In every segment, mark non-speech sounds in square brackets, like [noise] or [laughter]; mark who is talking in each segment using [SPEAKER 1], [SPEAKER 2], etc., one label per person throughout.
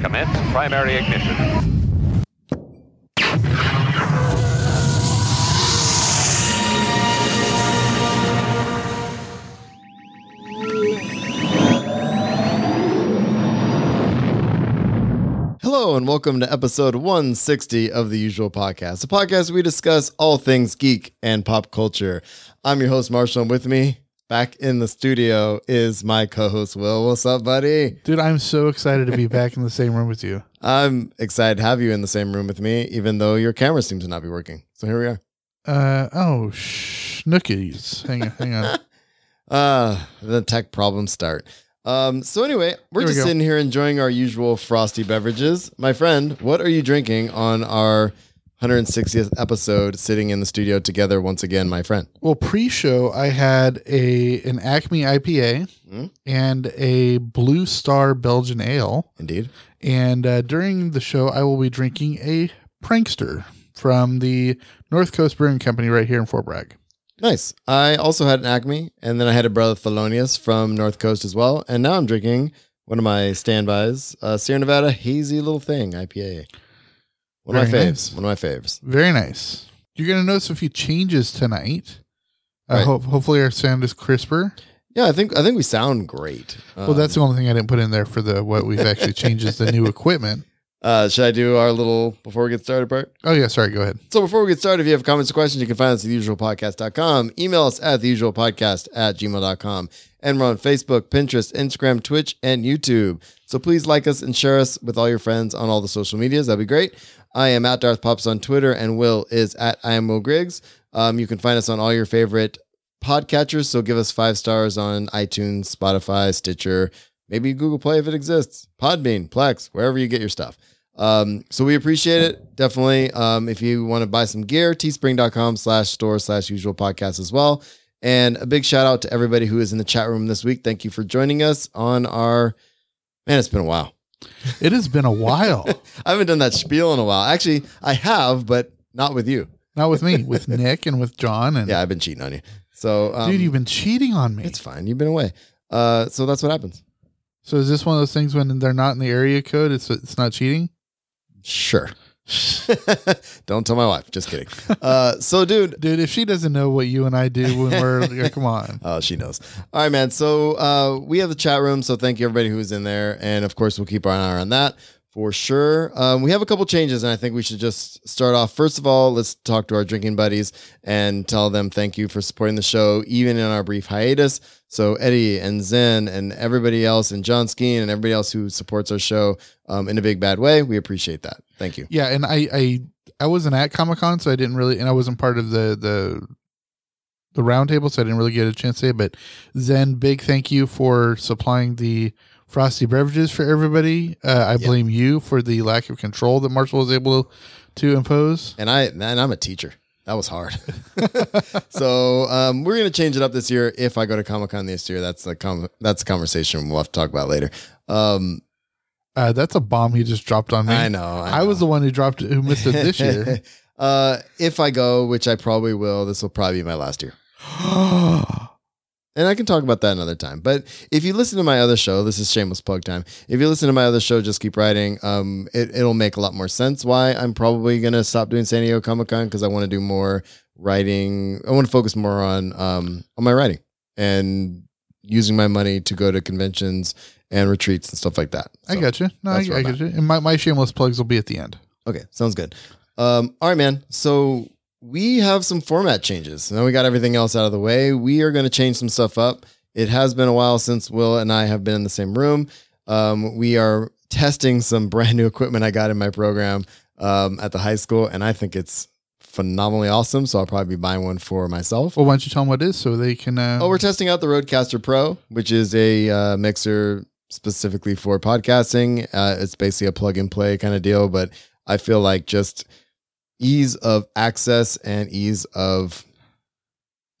[SPEAKER 1] Commence primary ignition.
[SPEAKER 2] Hello, and welcome to episode 160 of The Usual Podcast, a podcast where we discuss all things geek and pop culture. I'm your host, Marshall, and with me back in the studio is my co host, Will. What's up, buddy?
[SPEAKER 3] Dude, I'm so excited to be back in the same room with you.
[SPEAKER 2] I'm excited to have you in the same room with me, even though your camera seems to not be working. So here we are.
[SPEAKER 3] Uh oh, schnookies. Hang on, hang on.
[SPEAKER 2] Uh, the tech problems start. Um, so anyway, we're
[SPEAKER 3] There we
[SPEAKER 2] just
[SPEAKER 3] go.
[SPEAKER 2] sitting here enjoying our usual frosty beverages. My friend, what are you drinking on our 160th episode sitting in the studio together once again, my friend?
[SPEAKER 3] Well, pre-show I had a an Acme IPA
[SPEAKER 2] Mm.
[SPEAKER 3] and a Blue Star Belgian Ale,
[SPEAKER 2] Indeed.
[SPEAKER 3] and uh, during the show I will be drinking a Prankster from the North Coast Brewing Company right here in Fort Bragg.
[SPEAKER 2] Nice. I also had an Acme, and then I had a brother Thelonious from North Coast as well. And now I'm drinking one of my standbys, uh, Sierra Nevada Hazy Little Thing IPA. One of my
[SPEAKER 3] Very
[SPEAKER 2] faves.
[SPEAKER 3] nice.
[SPEAKER 2] One of my faves.
[SPEAKER 3] Very nice. You're gonna notice a few changes tonight. Uh,
[SPEAKER 2] Right.
[SPEAKER 3] ho- hopefully our sound is crisper.
[SPEAKER 2] Yeah, I think I think we sound great. Um,
[SPEAKER 3] well, that's the only thing I didn't put in there for the what we've actually changed is the new equipment.
[SPEAKER 2] uh, should I do our little before we get started part?
[SPEAKER 3] Oh yeah, sorry. Go ahead.
[SPEAKER 2] So before we get started, if you have comments or questions, you can find us at theusualpodcast.com. Email us at theusualpodcast at gmail.com. And we're on Facebook, Pinterest, Instagram, Twitch, and YouTube. So please like us and share us with all your friends on all the social medias. That'd be great. I am at Darth Pops on Twitter, and Will is at I am Will Griggs. Um, you can find us on all your favorite podcatchers. So give us five stars on iTunes, Spotify, Stitcher, maybe Google Play if it exists, Podbean, Plex, wherever you get your stuff. Um, so we appreciate it. Definitely. Um, if you want to buy some gear, teespring.com slash store slash usual podcast as well. And a big shout out to everybody who is in the chat room this week. Thank you for joining us on our man, it's been a while.
[SPEAKER 3] [laughs] It has been a while.
[SPEAKER 2] I haven't done that spiel in a while. Actually, I have, but not with you.
[SPEAKER 3] Not with me, [laughs] with Nick and with John and
[SPEAKER 2] Yeah, I've been cheating on you. So um,
[SPEAKER 3] dude, you've been cheating on me.
[SPEAKER 2] it's fine. You've been away. Uh, so that's what happens.
[SPEAKER 3] So is this one of those things when they're not in the area code? It's it's not cheating.
[SPEAKER 2] Sure. [laughs] Don't tell my wife. Just
[SPEAKER 3] [laughs]
[SPEAKER 2] kidding. Uh, so dude,
[SPEAKER 3] Dude, if she doesn't know what you and I do when we're [laughs] yeah, come on.
[SPEAKER 2] Oh, she knows. All right, man. So uh, we have the chat room. So thank you everybody who's in there, and of course we'll keep our eye on that for sure. Um, we have a couple changes, and I think we should just start off. First of all, let's talk to our drinking buddies and tell them thank you for supporting the show, even in our brief hiatus. So Eddie and Zen and everybody else, and John Skeen and everybody else who supports our show um, in a big bad way, we appreciate that. Thank you.
[SPEAKER 3] Yeah, and I I, I wasn't at Comic Con, so I didn't really and I wasn't part of the the the roundtable, so I didn't really get a chance to say it. But Zen, big thank you for supplying the frosty beverages for everybody. Uh, I
[SPEAKER 2] Yeah.
[SPEAKER 3] blame you for the lack of control that Marshall was able to impose.
[SPEAKER 2] and I and I'm a teacher. That was hard. [laughs] so um, we're gonna change it up this year. If I go to Comic Con this year, that's a com- that's a conversation we'll have to talk about later. Um,
[SPEAKER 3] Uh, that's a bomb he just dropped on me.
[SPEAKER 2] I know.
[SPEAKER 3] I, was the one who dropped it, who missed it this
[SPEAKER 2] [laughs]
[SPEAKER 3] year. [gasps]
[SPEAKER 2] uh, if I go, which I probably will, this will probably be my last year. And I can talk about that another time. But if you listen to my other show, this is shameless plug time. If you listen to my other show, just keep writing. Um, it, it'll make a lot more sense why I'm probably going to stop doing San Diego Comic Con because I want to do more writing. I want to focus more on um, on my writing and using my money to go to conventions and retreats and stuff like that.
[SPEAKER 3] I
[SPEAKER 2] So-
[SPEAKER 3] got you. No, I,
[SPEAKER 2] that's where
[SPEAKER 3] I
[SPEAKER 2] I'm
[SPEAKER 3] got you. And my, my shameless plugs will be at the end.
[SPEAKER 2] Okay, sounds good. Um, all right, man. So we have some format changes. Now we got everything else out of the way. We are going to change some stuff up. It has been a while since Will and I have been in the same room. Um, we are testing some [laughs] brand new equipment I got in my program um, at the high school, and I think it's phenomenally awesome. So I'll probably be buying one for myself.
[SPEAKER 3] Well, why don't you tell them what it is so they can? Uh,
[SPEAKER 2] Oh, we're testing out the Roadcaster Pro, which is a uh, mixer specifically for podcasting. Uh, it's basically a plug and play kind of deal, but I feel like just ease of access and ease of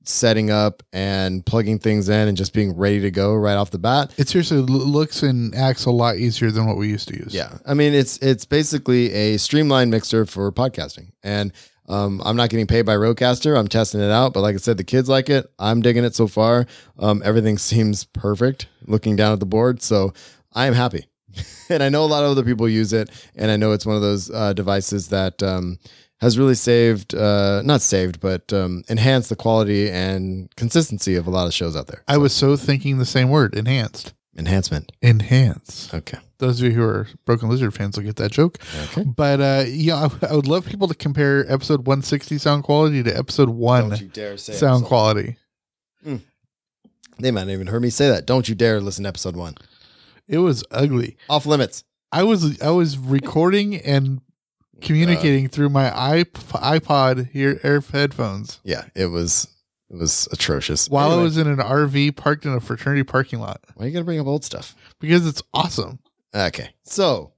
[SPEAKER 2] setting up and plugging things in and just being ready to go right off the bat.
[SPEAKER 3] it seriously l- looks and acts a lot easier than what we used to use.
[SPEAKER 2] Yeah, I mean it's it's basically a streamlined mixer for podcasting, and um, I'm not getting paid by Rodecaster. I'm testing it out, but like I said, the kids like [laughs] it. I'm digging it so far. Um, everything seems perfect. Looking down at the board, so I am happy. [laughs] and I know a lot of other people use it. And I know it's one of those uh, devices that um, has really saved, uh, not saved, but um, enhanced the quality and consistency of a lot of shows out there.
[SPEAKER 3] I was so thinking the same word, enhanced.
[SPEAKER 2] Enhancement.
[SPEAKER 3] Enhance.
[SPEAKER 2] Okay.
[SPEAKER 3] Those of you who are Broken Lizard fans will get that joke.
[SPEAKER 2] Okay.
[SPEAKER 3] But uh, yeah, I, w- I would love people to compare episode 160 sound quality to episode one
[SPEAKER 2] dare say
[SPEAKER 3] sound quality.
[SPEAKER 2] They might not even heard me say that. Don't you dare listen to episode one.
[SPEAKER 3] It was ugly.
[SPEAKER 2] Off limits.
[SPEAKER 3] I was I was recording and communicating through my iP- iPod here air headphones
[SPEAKER 2] Yeah, it was it was atrocious.
[SPEAKER 3] while I
[SPEAKER 2] Anyway,
[SPEAKER 3] was in an RV parked in a fraternity parking lot
[SPEAKER 2] why you gotta bring up old stuff?
[SPEAKER 3] because it's awesome.
[SPEAKER 2] Okay, so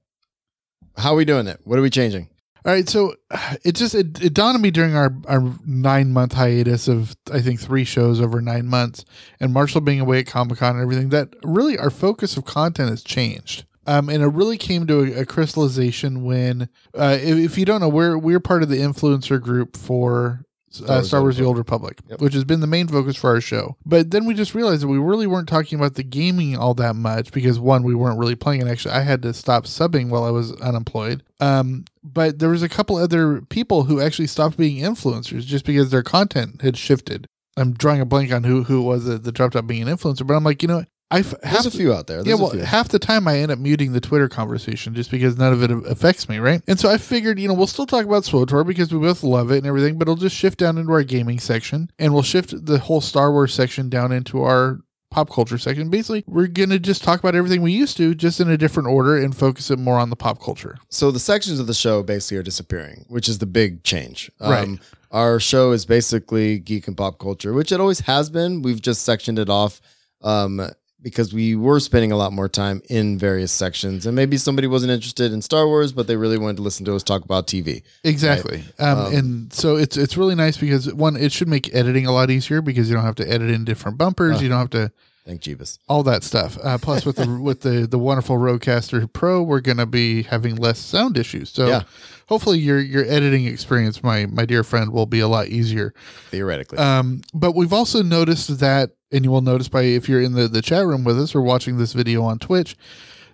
[SPEAKER 2] how are we doing it? What are we changing?
[SPEAKER 3] All right, so uh, it just it, it dawned on me during our our nine month hiatus of I think three shows over nine months, and Marshall being away at Comic Con and everything that really our focus of content has changed. Um, and it really came to a, a crystallization when, uh, if, if you don't know, we're we're part of the influencer group for
[SPEAKER 2] Star
[SPEAKER 3] uh,
[SPEAKER 2] Wars
[SPEAKER 3] Star Wars: The
[SPEAKER 2] Old
[SPEAKER 3] Old Republic,
[SPEAKER 2] Yep.
[SPEAKER 3] which has been the main focus for our show. But then we just realized that we really weren't talking about the gaming all that much because one, we weren't really playing, and actually, I had to stop subbing while I was unemployed. Um, but there was a couple other people who actually stopped being influencers just because their content had shifted. I'm drawing a blank on who who it was that, that dropped out being an influencer, but I'm like, you know, what? I f-
[SPEAKER 2] There's
[SPEAKER 3] have
[SPEAKER 2] a few out there.
[SPEAKER 3] yeah,
[SPEAKER 2] There's
[SPEAKER 3] well,
[SPEAKER 2] a few.
[SPEAKER 3] half the time I end up muting the Twitter conversation just because none of it affects me, right? And so I figured, you know, we'll still talk about SWTOR because we both love it and everything, but it'll just shift down into our gaming section and we'll shift the whole Star Wars section down into our pop culture section. Basically, we're going to just talk about everything we used to, just in a different order and focus it more on the pop culture.
[SPEAKER 2] so the sections of the show basically are disappearing, which is the big change. Um,
[SPEAKER 3] Right.
[SPEAKER 2] Our show is basically geek and pop culture, which it always has been. We've just sectioned it off um, because we were spending a lot more time in various sections. And maybe somebody wasn't interested in Star Wars, but they really wanted to listen to us talk about TV.
[SPEAKER 3] Exactly. Um,
[SPEAKER 2] Um,
[SPEAKER 3] and so it's it's really nice because one, it should make editing a lot easier because you don't have to edit in different bumpers.
[SPEAKER 2] Uh.
[SPEAKER 3] you don't have to
[SPEAKER 2] Thank Jeebus.
[SPEAKER 3] all that stuff. Uh, plus, with the with the the wonderful Rodecaster Pro, we're going to be having less sound issues. So,
[SPEAKER 2] Yeah.
[SPEAKER 3] hopefully, your your editing experience, my my dear friend, will be a lot easier.
[SPEAKER 2] Theoretically.
[SPEAKER 3] Um, but we've also noticed that, and you will notice by if you're in the the chat room with us or watching this video on Twitch.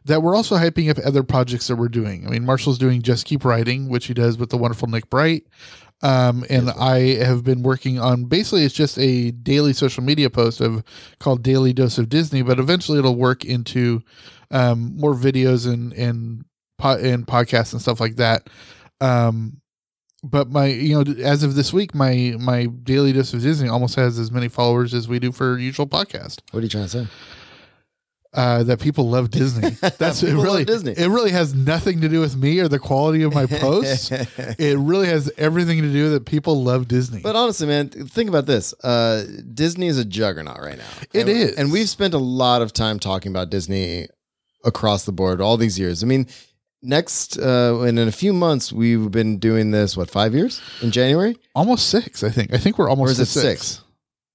[SPEAKER 3] That we're also hyping up other projects that we're doing. I mean, Marshall's doing Just Keep Writing, which he does with the wonderful Nick Bright. Um, and I have been working on basically it's just a daily social media post of called Daily Dose of Disney, but eventually it'll work into um, more videos and and po- and podcasts and stuff like that. Um, but my you know as of this week, my my Daily Dose of Disney almost has as many followers as we do for usual podcast.
[SPEAKER 2] what are you trying to say?
[SPEAKER 3] Uh, that people love Disney. [laughs]
[SPEAKER 2] [laughs]
[SPEAKER 3] That's it.
[SPEAKER 2] People love
[SPEAKER 3] Really,
[SPEAKER 2] Disney.
[SPEAKER 3] It really has nothing to do with me or the
[SPEAKER 2] [laughs]
[SPEAKER 3] quality of my posts. it really has everything to do that people love Disney.
[SPEAKER 2] But honestly, man, th- think about this. Uh, Disney is a juggernaut right now. It
[SPEAKER 3] It
[SPEAKER 2] is,
[SPEAKER 3] is.
[SPEAKER 2] and, we've spent a lot of time talking about Disney across the board all these years. I mean, next uh, and in a few months, we've been doing this. What five years in January?
[SPEAKER 3] almost six, I think. I think we're almost
[SPEAKER 2] Or is
[SPEAKER 3] to
[SPEAKER 2] it six?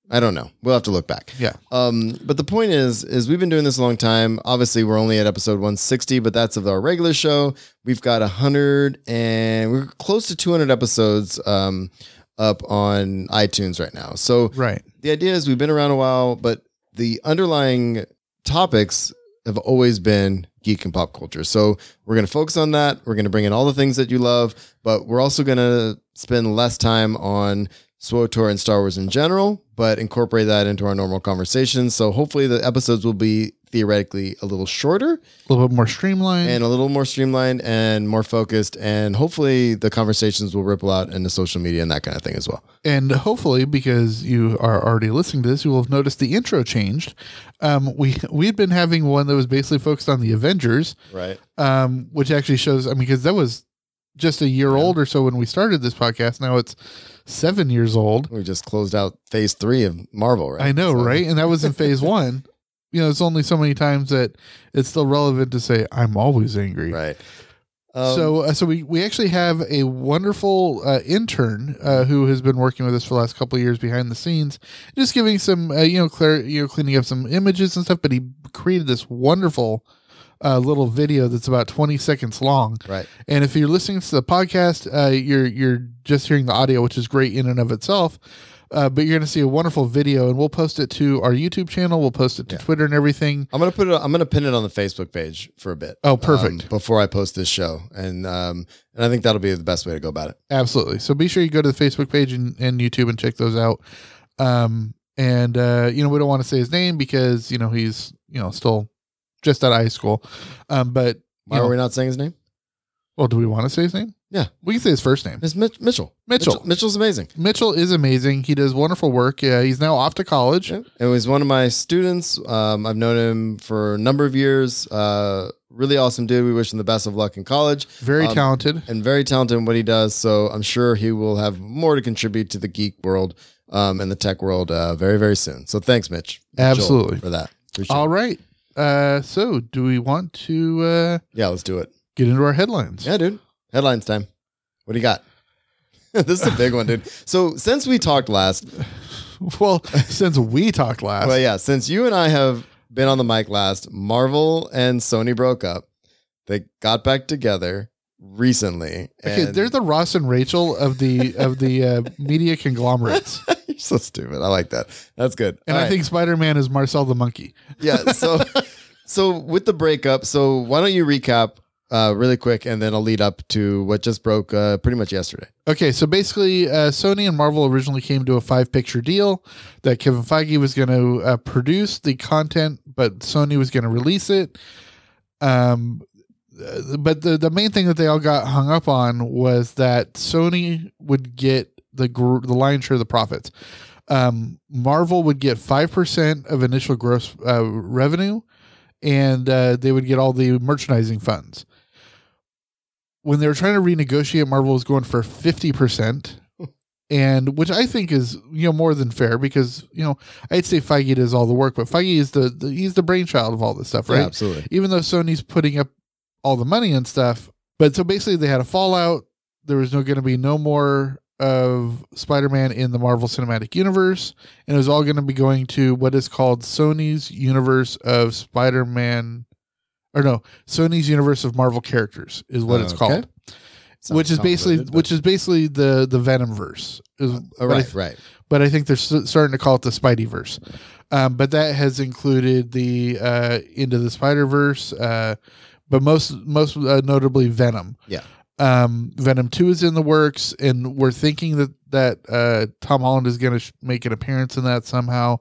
[SPEAKER 2] I don't know. We'll have to look back.
[SPEAKER 3] Yeah.
[SPEAKER 2] Um, but the point is, is we've been doing this a long time. Obviously, we're only at episode 160, but that's of our regular show. We've got 100 and we're close to 200 episodes um, up on iTunes right now. So
[SPEAKER 3] Right.
[SPEAKER 2] the idea is we've been around a while, but the underlying topics have always been geek and pop culture. So we're going to focus on that. We're going to bring in all the things that you love, but we're also going to spend less time on SWTOR and Star Wars in general, but incorporate that into our normal conversation. So hopefully the episodes will be theoretically a little shorter
[SPEAKER 3] A little bit more streamlined.
[SPEAKER 2] and a little more streamlined and more focused. And hopefully the conversations will ripple out into social media and that kind of thing as well.
[SPEAKER 3] and hopefully because you are already listening to this you will have noticed the intro changed um, we we had been having one that was basically focused on the avengers
[SPEAKER 2] Right.
[SPEAKER 3] um, which actually shows i mean because that was just a year old or so when we started this podcast now it's seven years old
[SPEAKER 2] We just closed out phase three of Marvel, right?
[SPEAKER 3] i know
[SPEAKER 2] So-
[SPEAKER 3] right and that was
[SPEAKER 2] [laughs]
[SPEAKER 3] in phase one you know it's only so many times that it's still relevant to say i'm always angry
[SPEAKER 2] Right. Um,
[SPEAKER 3] so, uh, so we, we actually have a wonderful uh, intern uh, who has been working with us for the last couple of years behind the scenes, just giving some uh, you know clear you know cleaning up some images and stuff. But he created this wonderful uh, little video that's about twenty seconds long.
[SPEAKER 2] right.
[SPEAKER 3] And if you're listening to the podcast, uh, you're you're just hearing the audio, which is great in and of itself. Uh, but you're going to see a wonderful video, and we'll post it to our YouTube channel. We'll post it to Twitter and everything.
[SPEAKER 2] I'm gonna put it. I'm gonna pin it on the Facebook page for a bit.
[SPEAKER 3] Oh, perfect.
[SPEAKER 2] um, before I post this show, and um, and I think that'll be the best way to go about it.
[SPEAKER 3] Absolutely. So be sure you go to the Facebook page and, and YouTube and check those out. Um, and uh, you know, we don't want to say his name because you know he's you know still just out of high school. Um, but
[SPEAKER 2] Why
[SPEAKER 3] you know-
[SPEAKER 2] are we not saying his name?
[SPEAKER 3] well, do we want to say his name?
[SPEAKER 2] Yeah.
[SPEAKER 3] we can say his first name.
[SPEAKER 2] It's Mitch- Mitchell.
[SPEAKER 3] Mitchell.
[SPEAKER 2] Mitchell's amazing.
[SPEAKER 3] Mitchell is amazing. He does wonderful work. Uh, he's now off to college.
[SPEAKER 2] Yeah. It was one of my students. Um, I've known him for a number of years. Uh, really awesome dude. We wish him the best of luck in college
[SPEAKER 3] Very
[SPEAKER 2] Um,
[SPEAKER 3] talented.
[SPEAKER 2] and very talented in what he does. So I'm sure he will have more to contribute to the geek world um, and the tech world uh, very, very soon. So thanks, Mitch. Mitchell,
[SPEAKER 3] Absolutely.
[SPEAKER 2] for that. Appreciate it.
[SPEAKER 3] All right. Uh, so do we want to uh,
[SPEAKER 2] Yeah, let's do it.
[SPEAKER 3] get into our headlines?
[SPEAKER 2] Yeah, dude. Headlines time. What do you got? [laughs] this is a big one, dude. So since we talked last,
[SPEAKER 3] [laughs] Well, since we talked last,
[SPEAKER 2] well, yeah, since you and I have been on the mic last, Marvel and Sony broke up. They got back together recently.
[SPEAKER 3] Okay,
[SPEAKER 2] and-
[SPEAKER 3] they're the Ross and Rachel of the of the uh, media conglomerates,
[SPEAKER 2] [laughs] You're so stupid. I like that. That's good.
[SPEAKER 3] and
[SPEAKER 2] All
[SPEAKER 3] I
[SPEAKER 2] right.
[SPEAKER 3] think Spider Man is Marcel the monkey.
[SPEAKER 2] yeah. [laughs] So, so with the breakup, so why don't you recap uh, really quick, and then I'll lead up to what just broke uh, pretty much yesterday.
[SPEAKER 3] Okay, so basically, uh, Sony and Marvel originally came to a five picture deal that Kevin Feige was going to uh, produce the content, but Sony was going to release it. Um, uh, but the the main thing that they all got hung up on was that Sony would get the gr- the lion's share of the profits. Um, Marvel would get five percent of initial gross uh, revenue, and uh, they would get all the merchandising funds when they were trying to renegotiate, Marvel was going for fifty percent, and which I think is you know more than fair because you know I'd say Feige does all the work, but Feige is the, the he's the brainchild of all this stuff, right?
[SPEAKER 2] absolutely.
[SPEAKER 3] Even though Sony's putting up all the money and stuff, but so basically they had a fallout. There was no going to be no more of Spider-Man in the Marvel Cinematic Universe, and it was all going to be going to what is called Sony's universe of Spider-Man, or no, Sony's universe of Marvel characters is what it's
[SPEAKER 2] Oh, Okay.
[SPEAKER 3] called
[SPEAKER 2] Sounds
[SPEAKER 3] which is basically
[SPEAKER 2] convoluted, but-
[SPEAKER 3] which is basically the the Venom verse.
[SPEAKER 2] Oh,
[SPEAKER 3] but, I
[SPEAKER 2] right,
[SPEAKER 3] th-
[SPEAKER 2] right.
[SPEAKER 3] but I think they're s- starting to call it the Spidey verse. Um, but that has included the uh, into the Spider Verse, uh, but most most uh, notably Venom.
[SPEAKER 2] Yeah.
[SPEAKER 3] Um, Venom Two is in the works, and we're thinking that that uh, Tom Holland is going to sh- make an appearance in that somehow.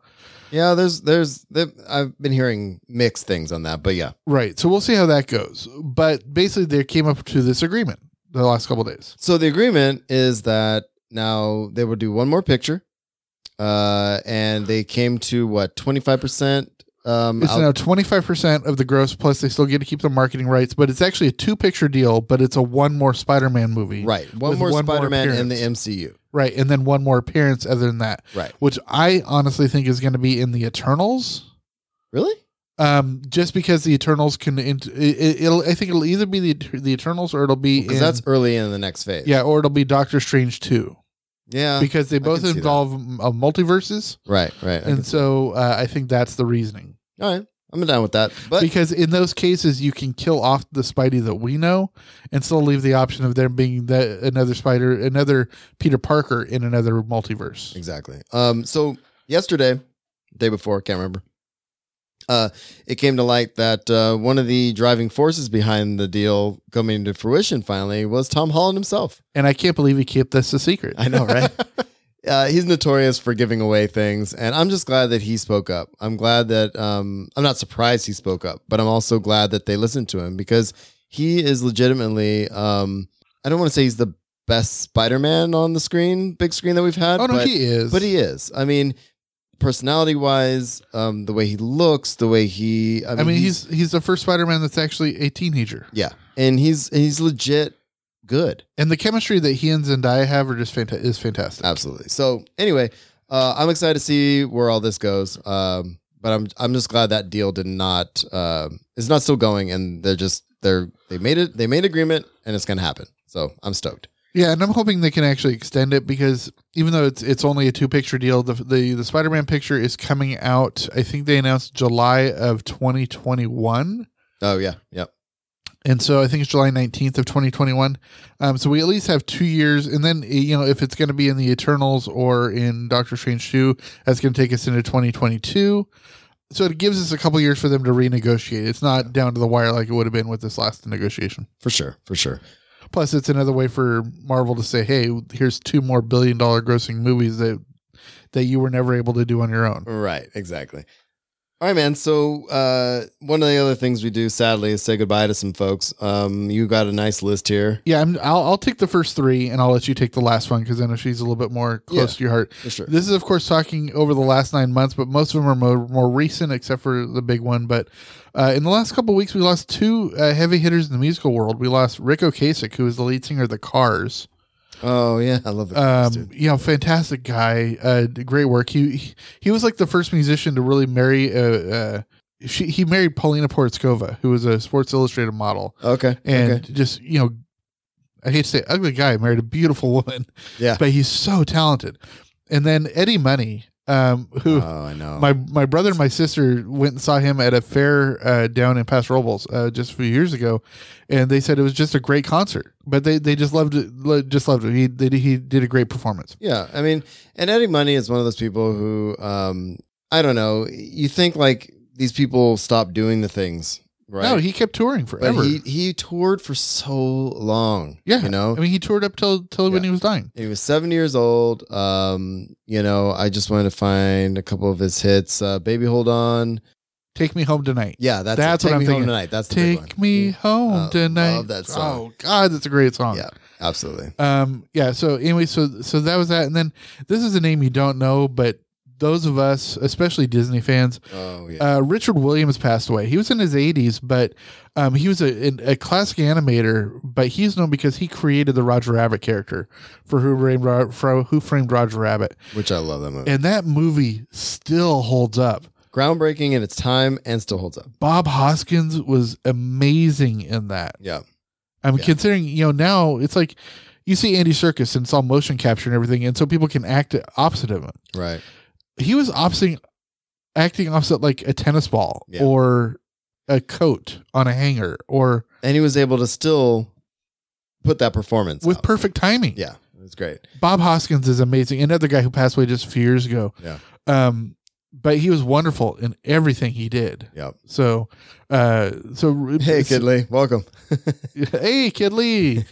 [SPEAKER 2] Yeah, there's, there's, there, I've been hearing mixed things on that, but yeah,
[SPEAKER 3] Right. So we'll see how that goes. But basically, they came up to this agreement the last couple days.
[SPEAKER 2] So the agreement is that now they will do one more picture, uh, and they came to what twenty five percent. Um,
[SPEAKER 3] It's
[SPEAKER 2] out-
[SPEAKER 3] now twenty five percent of the gross, plus they still get to keep the marketing rights. But it's actually a two picture deal, but it's a one more Spider Man movie,
[SPEAKER 2] right, one
[SPEAKER 3] with
[SPEAKER 2] more
[SPEAKER 3] one more
[SPEAKER 2] Spider Man in the
[SPEAKER 3] appearance.
[SPEAKER 2] MCU.
[SPEAKER 3] Right, and then one more appearance other than that,
[SPEAKER 2] Right.
[SPEAKER 3] Which I honestly think is going to be in the Eternals,
[SPEAKER 2] Really?
[SPEAKER 3] um, just because the Eternals can. Int- it, it'll, I think it'll either be the the Eternals or it'll be
[SPEAKER 2] Because
[SPEAKER 3] in-
[SPEAKER 2] that's early in the next phase.
[SPEAKER 3] yeah, or it'll be Doctor Strange two,
[SPEAKER 2] Yeah.
[SPEAKER 3] because they
[SPEAKER 2] Uh, can
[SPEAKER 3] both
[SPEAKER 2] see that.
[SPEAKER 3] involve m- uh, multiverses,
[SPEAKER 2] right. Right. I can-
[SPEAKER 3] and so uh, I think that's the reasoning.
[SPEAKER 2] all right. I'm down with that. But
[SPEAKER 3] because in those cases you can kill off the Spidey that we know, and still leave the option of there being the, another Spider, another Peter Parker in another multiverse.
[SPEAKER 2] Exactly. Um, so yesterday, day before, can't remember. Uh, it came to light that uh, one of the driving forces behind the deal coming to fruition finally was Tom Holland himself.
[SPEAKER 3] And I can't believe he kept this a secret.
[SPEAKER 2] I know, right? [laughs] uh, he's notorious for giving away things, and I'm just glad that he spoke up. I'm glad that um, I'm not surprised he spoke up, but I'm also glad that they listened to him because he is legitimately. Um, I don't want to say he's the best Spider-Man on the screen, big screen that we've had.
[SPEAKER 3] oh no,
[SPEAKER 2] but-
[SPEAKER 3] he is.
[SPEAKER 2] but he is. I mean, personality wise, um, the way he looks, the way he. I
[SPEAKER 3] I mean, he's he's the first Spider Man that's actually a teenager,
[SPEAKER 2] yeah, and he's he's legit good.
[SPEAKER 3] and the chemistry that he and Zendaya have are just fanta- is fantastic.
[SPEAKER 2] Absolutely. So anyway, uh, I'm excited to see where all this goes. Um, but I'm I'm just glad that deal did not um is not still going, and they're just they're they made it they made agreement, and it's gonna happen. So I'm stoked.
[SPEAKER 3] Yeah, and I'm hoping they can actually extend it because even though it's it's only a two picture deal, the the, the Spider Man picture is coming out. I think they announced July of 2021.
[SPEAKER 2] Oh yeah, yep.
[SPEAKER 3] and so I think it's July 19th of 2021. Um, so we at least have two years, and then eh, you know if it's going to be in the Eternals or in Doctor Strange 2, that's going to take us into 2022. So it gives us a couple years for them to renegotiate. It's not down to the wire like it would have been with this last negotiation.
[SPEAKER 2] for sure, for sure.
[SPEAKER 3] Plus, it's another way for Marvel to say, "Hey, here's two more billion dollar grossing movies that that you were never able to do on your own."
[SPEAKER 2] Right, exactly. All right, man. So uh, one of the other things we do, sadly, is say goodbye to some folks. Um, you got a nice list here
[SPEAKER 3] Yeah, I'm, I'll, I'll take the first three, and I'll let you take the last one because I know she's a little bit more close
[SPEAKER 2] Yeah.
[SPEAKER 3] to your heart.
[SPEAKER 2] for sure.
[SPEAKER 3] This is, of course, talking over the last nine months, but most of them are more, more recent, except for the big one. But uh, in the last couple of weeks, we lost two uh, heavy hitters in the musical world. We lost Rick Ocasek, who is the lead singer of The Cars.
[SPEAKER 2] Oh yeah, I love the cars,
[SPEAKER 3] Um,
[SPEAKER 2] dude.
[SPEAKER 3] you know, fantastic guy, uh, d- great work. He he- he was like the first musician to really marry. Uh, uh, she, he married Paulina Porizkova, who was a Sports Illustrated model,
[SPEAKER 2] Okay,
[SPEAKER 3] and
[SPEAKER 2] okay,
[SPEAKER 3] just you know, I hate to say, it, ugly guy married a beautiful [laughs] woman,
[SPEAKER 2] yeah.
[SPEAKER 3] but he's so talented. And then Eddie Money, um, who
[SPEAKER 2] Oh, I know.
[SPEAKER 3] my my brother and my sister went and saw him at a fair uh, down in Paso Robles uh, just a few years ago, and they said it was just a great concert. But they, they just loved it, lo- just loved it. He they, he did a great performance.
[SPEAKER 2] Yeah, I mean, and Eddie Money is one of those people who, um, I don't know. You think like these people stop doing the things, right?
[SPEAKER 3] No, he kept touring
[SPEAKER 2] but
[SPEAKER 3] forever.
[SPEAKER 2] he he toured for so long.
[SPEAKER 3] yeah,
[SPEAKER 2] you know,
[SPEAKER 3] I mean, he toured up till till when
[SPEAKER 2] Yeah.
[SPEAKER 3] he was dying.
[SPEAKER 2] he was seven years old. Um, you know, I just wanted to find a couple of his hits. Uh, Baby, hold on.
[SPEAKER 3] Take me home tonight.
[SPEAKER 2] Yeah, that's
[SPEAKER 3] That's
[SPEAKER 2] it.
[SPEAKER 3] what
[SPEAKER 2] Take
[SPEAKER 3] I'm
[SPEAKER 2] me home
[SPEAKER 3] thinking.
[SPEAKER 2] tonight. That's the big one.
[SPEAKER 3] Take me home
[SPEAKER 2] Uh,
[SPEAKER 3] tonight.
[SPEAKER 2] love that song.
[SPEAKER 3] Oh God, that's a great song.
[SPEAKER 2] Yeah, Mm-hmm. absolutely.
[SPEAKER 3] um yeah so anyway so so that was that and then this is a name you don't know but those of us especially disney fans
[SPEAKER 2] Oh yeah.
[SPEAKER 3] uh richard williams passed away he was in his 80s but um he was a, an- a classic animator but he's known because he created the roger rabbit character for who framed, Ro- for who framed roger rabbit
[SPEAKER 2] Which I love that movie.
[SPEAKER 3] and that movie still holds up
[SPEAKER 2] Groundbreaking in its time and still holds up.
[SPEAKER 3] bob hoskins was amazing in that
[SPEAKER 2] Yeah.
[SPEAKER 3] I'm
[SPEAKER 2] Yeah.
[SPEAKER 3] considering, you know, now it's like you see Andy Circus and it's all motion capture and everything, and so people can act opposite of him.
[SPEAKER 2] Right.
[SPEAKER 3] He was opposite, acting opposite like a tennis ball
[SPEAKER 2] Yeah.
[SPEAKER 3] or a coat on a hanger or
[SPEAKER 2] And he was able to still put that performance
[SPEAKER 3] with
[SPEAKER 2] out.
[SPEAKER 3] perfect timing.
[SPEAKER 2] Yeah, it was great.
[SPEAKER 3] Bob Hoskins is amazing. Another guy who passed away just a few years ago.
[SPEAKER 2] Yeah.
[SPEAKER 3] Um, but he was wonderful in everything he did.
[SPEAKER 2] Yep.
[SPEAKER 3] So, uh, so
[SPEAKER 2] Hey, Kidley, welcome.
[SPEAKER 3] [laughs] hey,
[SPEAKER 2] [laughs]
[SPEAKER 3] Kid Lee.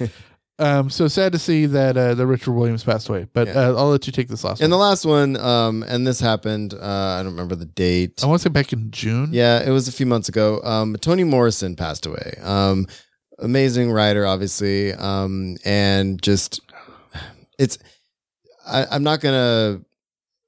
[SPEAKER 3] um, so sad to see that uh, the Richard Williams passed away, but
[SPEAKER 2] Yeah.
[SPEAKER 3] uh, I'll let you take this last
[SPEAKER 2] And the
[SPEAKER 3] one.
[SPEAKER 2] last one, um, and this happened. Uh, I don't remember the date.
[SPEAKER 3] I want to say back in June.
[SPEAKER 2] Yeah, it was a few months ago. Um, Toni Morrison passed away. Um, amazing writer, obviously, um, and just it's. I, I'm not gonna.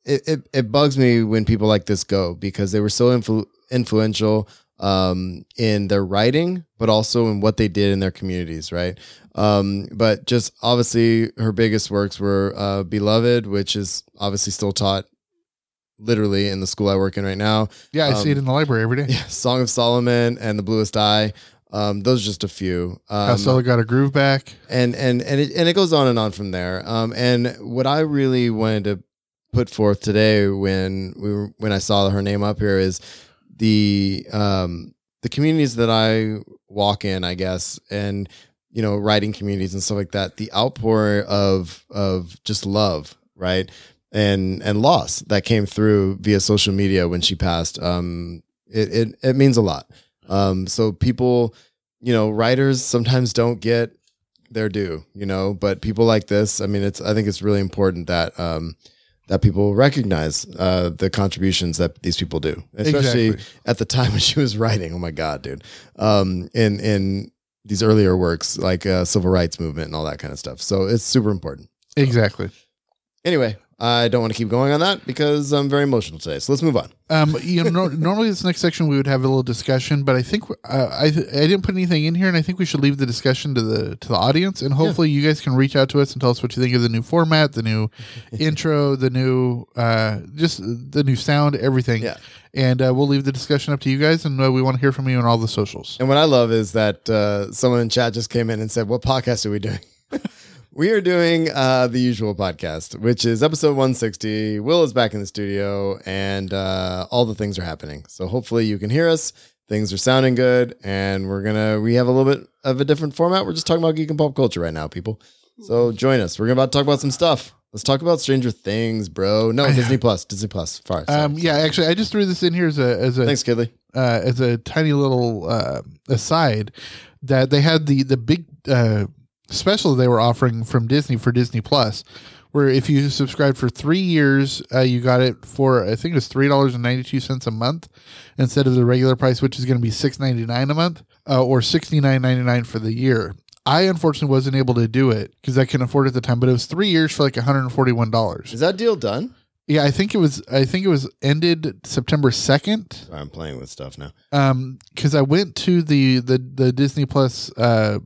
[SPEAKER 2] It, it it bugs me when people like this go because they were so influ- influential um, in their writing, but also in what they did in their communities, right? Um, but just obviously, her biggest works were uh, "Beloved," which is obviously still taught literally in the school I work in right now.
[SPEAKER 3] Yeah, I see it
[SPEAKER 2] Um,
[SPEAKER 3] in the library every day.
[SPEAKER 2] Yeah, Song of Solomon and The Bluest Eye. Um, those are just a few. Um,
[SPEAKER 3] Costello got a groove back.
[SPEAKER 2] and and and it, and it goes on and on from there. Um, and what I really wanted to put forth today when we were, when I saw her name up here is the um, the communities that I walk in, I guess, and you know, writing communities and stuff like that. The outpour of of just love, right, and and loss that came through via social media when she passed. Um, it it, it means a lot. Um, so people, you know, writers sometimes don't get their due, you know. But people like this, I mean, it's I think it's really important that um, that people recognize uh, the contributions that these people do, especially
[SPEAKER 3] Exactly.
[SPEAKER 2] at the time [laughs] when she was writing. Oh my god, dude! Um, in in these earlier works like uh, civil rights movement and all that kind of stuff. So it's super important.
[SPEAKER 3] Exactly.
[SPEAKER 2] Anyway, I don't want to keep going on that because I'm very emotional today. So let's move on.
[SPEAKER 3] Um, you know, nor- normally this next section we would have a little discussion, but I think uh, I I didn't put anything in here, and I think we should leave the discussion to the to the audience, and hopefully you guys can reach out to us and tell us what you think of the new format,
[SPEAKER 2] [laughs]
[SPEAKER 3] the new intro, the new uh, just the new sound, everything.
[SPEAKER 2] Yeah.
[SPEAKER 3] And uh, we'll leave the discussion up to you guys, and uh, we want to hear from you on all the socials.
[SPEAKER 2] And what I love is that uh, someone in chat just came in and said, "What podcast are we doing?" [laughs] we are doing uh, the usual podcast, which is episode 160. Will is back in the studio, and uh, all the things are happening. So hopefully you can hear us things are sounding good, and we're gonna we have a little bit of a different format. We're just talking about geek and pop culture right now, people. So join us. We're about to talk about some stuff. Let's talk about Stranger Things, bro.
[SPEAKER 3] [laughs]
[SPEAKER 2] No, Disney Plus, Disney Plus. Far. sorry.
[SPEAKER 3] Um, yeah, actually, I just threw this in here as a as a
[SPEAKER 2] Thanks, Kidley.
[SPEAKER 3] uh, as a tiny little uh, aside that they had the the big uh, special they were offering from Disney for Disney Plus, where if you subscribed for three years, uh, you got it for I think it was three dollars and ninety two cents a month instead of the regular price, which is going to be six ninety nine a month uh, or sixty nine ninety nine for the year. I unfortunately wasn't able to do it because I couldn't afford it at the time, but it was three years for like one hundred and forty one dollars.
[SPEAKER 2] Is that deal done?
[SPEAKER 3] Yeah, I think it was. I think it was ended September second
[SPEAKER 2] Sorry, I'm playing with stuff now.
[SPEAKER 3] um because i went to the the the disney plus uh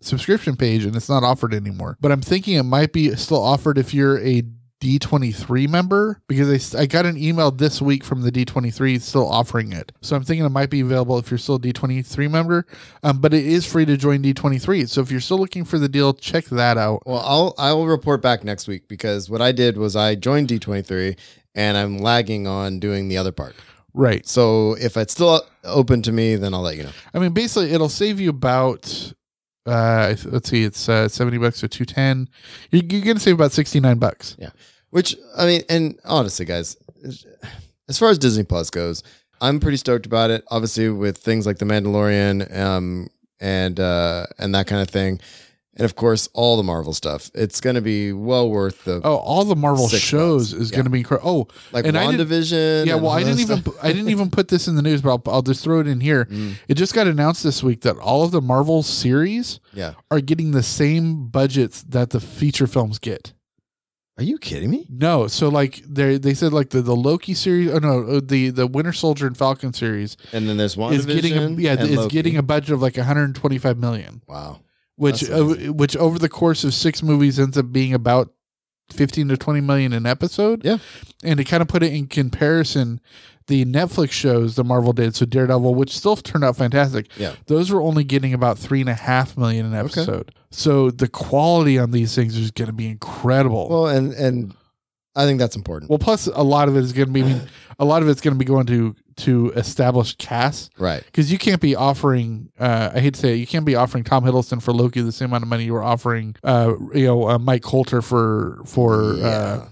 [SPEAKER 3] subscription page and it's not offered anymore but i'm thinking it might be still offered if you're a d23 member because I s- I, got an email this week from the d23 still offering it so i'm thinking it might be available if you're still a d23 member um, but it is free to join d23 so if you're still looking for the deal check that out
[SPEAKER 2] Well, I'll I will report back next week because what I did was I joined D23 and I'm lagging on doing the other part.
[SPEAKER 3] right
[SPEAKER 2] So if it's still open to me, then I'll let you know.
[SPEAKER 3] I mean, basically, it'll save you about. Uh, I th- let's see, it's uh, seventy bucks or two ten. You're, you're gonna save about sixty nine bucks.
[SPEAKER 2] Which I mean, and honestly, guys, as far as Disney Plus goes, I'm pretty stoked about it. Obviously, with things like The Mandalorian, um, and uh, and that kind of thing, and of course all the Marvel stuff. It's going to be well worth the
[SPEAKER 3] Oh, all the Marvel
[SPEAKER 2] Six
[SPEAKER 3] shows
[SPEAKER 2] bucks,
[SPEAKER 3] is
[SPEAKER 2] yeah.
[SPEAKER 3] gonna be incredible. Oh,
[SPEAKER 2] like
[SPEAKER 3] and I did-
[SPEAKER 2] WandaVision.
[SPEAKER 3] yeah.
[SPEAKER 2] and
[SPEAKER 3] Well,
[SPEAKER 2] all
[SPEAKER 3] I
[SPEAKER 2] that
[SPEAKER 3] didn't even
[SPEAKER 2] stuff.
[SPEAKER 3] [laughs] pu- I didn't even put this in the news, but I'll, I'll just throw it in here.
[SPEAKER 2] Mm,
[SPEAKER 3] It just got announced this week that all of the Marvel series
[SPEAKER 2] yeah.
[SPEAKER 3] are getting the same budgets that the feature films get.
[SPEAKER 2] Are you kidding me?
[SPEAKER 3] No, so like they they said like the, the Loki series, oh no, uh, the the Winter Soldier and Falcon series
[SPEAKER 2] And then there's WandaVision.
[SPEAKER 3] is getting a, yeah
[SPEAKER 2] and
[SPEAKER 3] is
[SPEAKER 2] Loki.
[SPEAKER 3] getting a budget of like 125 million.
[SPEAKER 2] wow.
[SPEAKER 3] which
[SPEAKER 2] That's
[SPEAKER 3] uh, which over the course of six movies ends up being about 15 to 20 million an episode
[SPEAKER 2] Yeah.
[SPEAKER 3] and to kind of put it in comparison the netflix shows the marvel did so daredevil which still turned out fantastic
[SPEAKER 2] Yeah.
[SPEAKER 3] those were only getting about three and a half million an episode so the quality on these things is going to be incredible well,
[SPEAKER 2] Well, and and I think that's important.
[SPEAKER 3] plus a lot of it is going to be
[SPEAKER 2] [sighs]
[SPEAKER 3] I mean, a lot of it's going to be going to to established casts
[SPEAKER 2] right.
[SPEAKER 3] because you can't be offering uh, i hate to say it, you can't be offering tom hiddleston for loki the same amount of money you were offering uh, you know uh, mike coulter for for
[SPEAKER 2] yeah.
[SPEAKER 3] uh,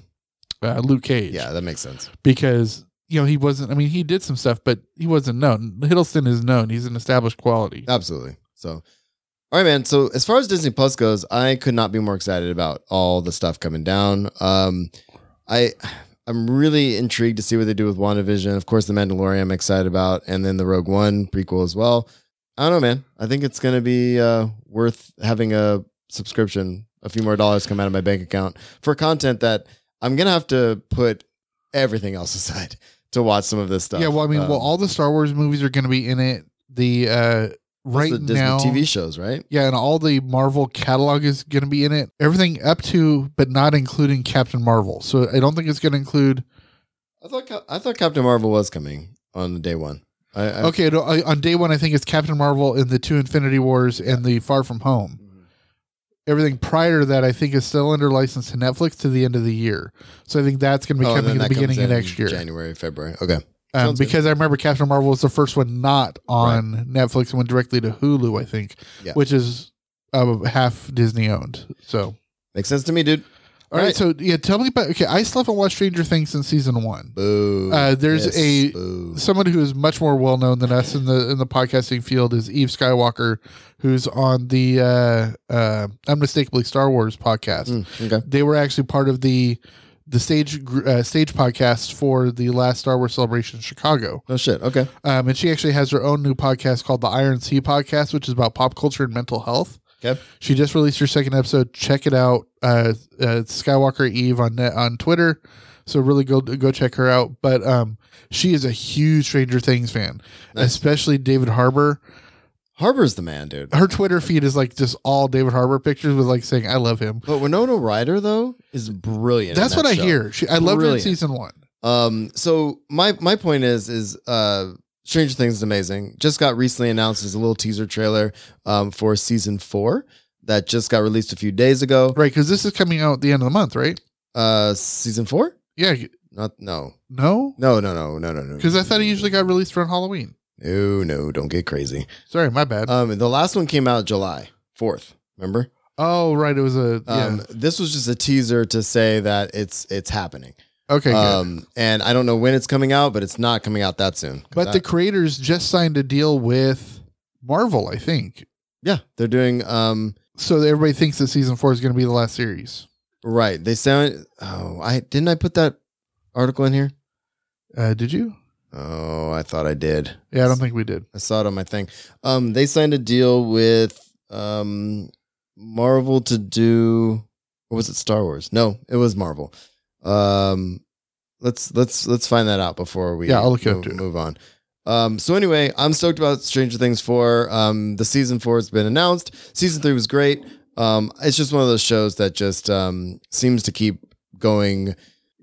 [SPEAKER 3] uh, luke cage
[SPEAKER 2] yeah, that makes sense.
[SPEAKER 3] because you know he wasn't i mean he did some stuff but he wasn't known hiddleston is known he's an established quality
[SPEAKER 2] Absolutely. So, all right, man. So as far as Disney Plus goes, I could not be more excited about all the stuff coming down. Um, I. I'm really intrigued to see what they do with WandaVision. Of course, The Mandalorian I'm excited about, and then the Rogue One prequel as well. I don't know, man. I think it's going to be uh, worth having a subscription, a few more dollars come out of my bank account for content that I'm going to have to put everything else [laughs] aside to watch some of this stuff.
[SPEAKER 3] yeah well i mean
[SPEAKER 2] Um,
[SPEAKER 3] well all the star wars movies are going to be in it the uh
[SPEAKER 2] plus
[SPEAKER 3] right
[SPEAKER 2] the Disney
[SPEAKER 3] now
[SPEAKER 2] TV shows, right?
[SPEAKER 3] yeah, and all the Marvel catalog is going to be in it. Everything up to, but not including Captain Marvel. So I don't think it's going to include
[SPEAKER 2] I thought Cap- I thought Captain Marvel was coming on the day one. I, I,
[SPEAKER 3] Okay, no, I, on day one, I think it's Captain Marvel and the two Infinity Wars and the Far From
[SPEAKER 2] oh,
[SPEAKER 3] Home. Everything prior to that, I think, is still under license to Netflix to the end of the year. So I think that's going to be
[SPEAKER 2] Oh, and
[SPEAKER 3] coming
[SPEAKER 2] then
[SPEAKER 3] at the
[SPEAKER 2] that comes
[SPEAKER 3] beginning of
[SPEAKER 2] in
[SPEAKER 3] next year.
[SPEAKER 2] January, February. Okay,
[SPEAKER 3] Um,
[SPEAKER 2] Sounds good.
[SPEAKER 3] because I remember Captain Marvel was the first one not on Netflix and went directly to Hulu, I think,
[SPEAKER 2] Yeah.
[SPEAKER 3] which is uh, half Disney owned. So,
[SPEAKER 2] makes sense to me, dude.
[SPEAKER 3] all right.
[SPEAKER 2] Right.
[SPEAKER 3] So, yeah, tell me about. Okay, I still haven't watched Stranger Things since season one.
[SPEAKER 2] Boo.
[SPEAKER 3] Uh, there's
[SPEAKER 2] Yes,
[SPEAKER 3] a-
[SPEAKER 2] boo.
[SPEAKER 3] someone who is much more well known than us in the in the podcasting field is Eve Skywalker, who's on the uh, uh, unmistakably Star Wars podcast.
[SPEAKER 2] Mm, okay.
[SPEAKER 3] They were actually part of the the stage gr- uh, stage podcast for the last Star Wars celebration in Chicago,
[SPEAKER 2] No shit. Okay.
[SPEAKER 3] um, and she actually has her own new podcast called the Iron Sea Podcast, which is about pop culture and mental health.
[SPEAKER 2] Okay.
[SPEAKER 3] She just released her second episode. Check it out. Uh, uh, Skywalker Eve on net, on Twitter. So really go go check her out. But um, she is a huge Stranger Things fan,
[SPEAKER 2] Nice.
[SPEAKER 3] especially David Harbour.
[SPEAKER 2] Harbor's the man, dude.
[SPEAKER 3] Her Twitter feed is like just all David Harbour pictures with like saying I love him.
[SPEAKER 2] But Winona Ryder though is brilliant. in
[SPEAKER 3] That's
[SPEAKER 2] that
[SPEAKER 3] what I
[SPEAKER 2] show.
[SPEAKER 3] hear. She, I loved her in
[SPEAKER 2] Brilliant.
[SPEAKER 3] season one.
[SPEAKER 2] Um. So my my point is is uh. Stranger Things is amazing. Just got recently announced as a little teaser trailer um, for season four that just got released a few days ago.
[SPEAKER 3] Right, because this is coming out at the end of the month, right?
[SPEAKER 2] Uh, season four?
[SPEAKER 3] Yeah.
[SPEAKER 2] Not no,
[SPEAKER 3] No?
[SPEAKER 2] no, no, no, no, no, no.
[SPEAKER 3] Because I thought it usually got released around Halloween.
[SPEAKER 2] No, no, don't get crazy.
[SPEAKER 3] Sorry, my bad.
[SPEAKER 2] Um, the last one came out July 4th. Remember?
[SPEAKER 3] oh, right. It was a. Yeah.
[SPEAKER 2] Um, This was just a teaser to say that it's it's happening.
[SPEAKER 3] okay. good.
[SPEAKER 2] Um, and I don't know when it's coming out, but it's not coming out that soon. Uh, 'Cause
[SPEAKER 3] but
[SPEAKER 2] I-
[SPEAKER 3] the creators just signed a deal with Marvel, I think.
[SPEAKER 2] yeah, they're doing um,
[SPEAKER 3] So everybody thinks that season four is going to be the last series.
[SPEAKER 2] right. They sound. Oh, I didn't I put that article in here?
[SPEAKER 3] Uh, did you?
[SPEAKER 2] Oh, I thought I did.
[SPEAKER 3] Yeah, I don't think we did.
[SPEAKER 2] I saw it on my thing. Um, they signed a deal with um, Marvel to do, or was it Star Wars? No, it was Marvel. Um, let's let's let's find that out before we
[SPEAKER 3] Yeah, I'll look it up
[SPEAKER 2] move,
[SPEAKER 3] too.
[SPEAKER 2] move on. Um, so anyway, I'm stoked about Stranger Things four. Um, the season four has been announced. Season three was great. Um, it's just one of those shows that just um, seems to keep going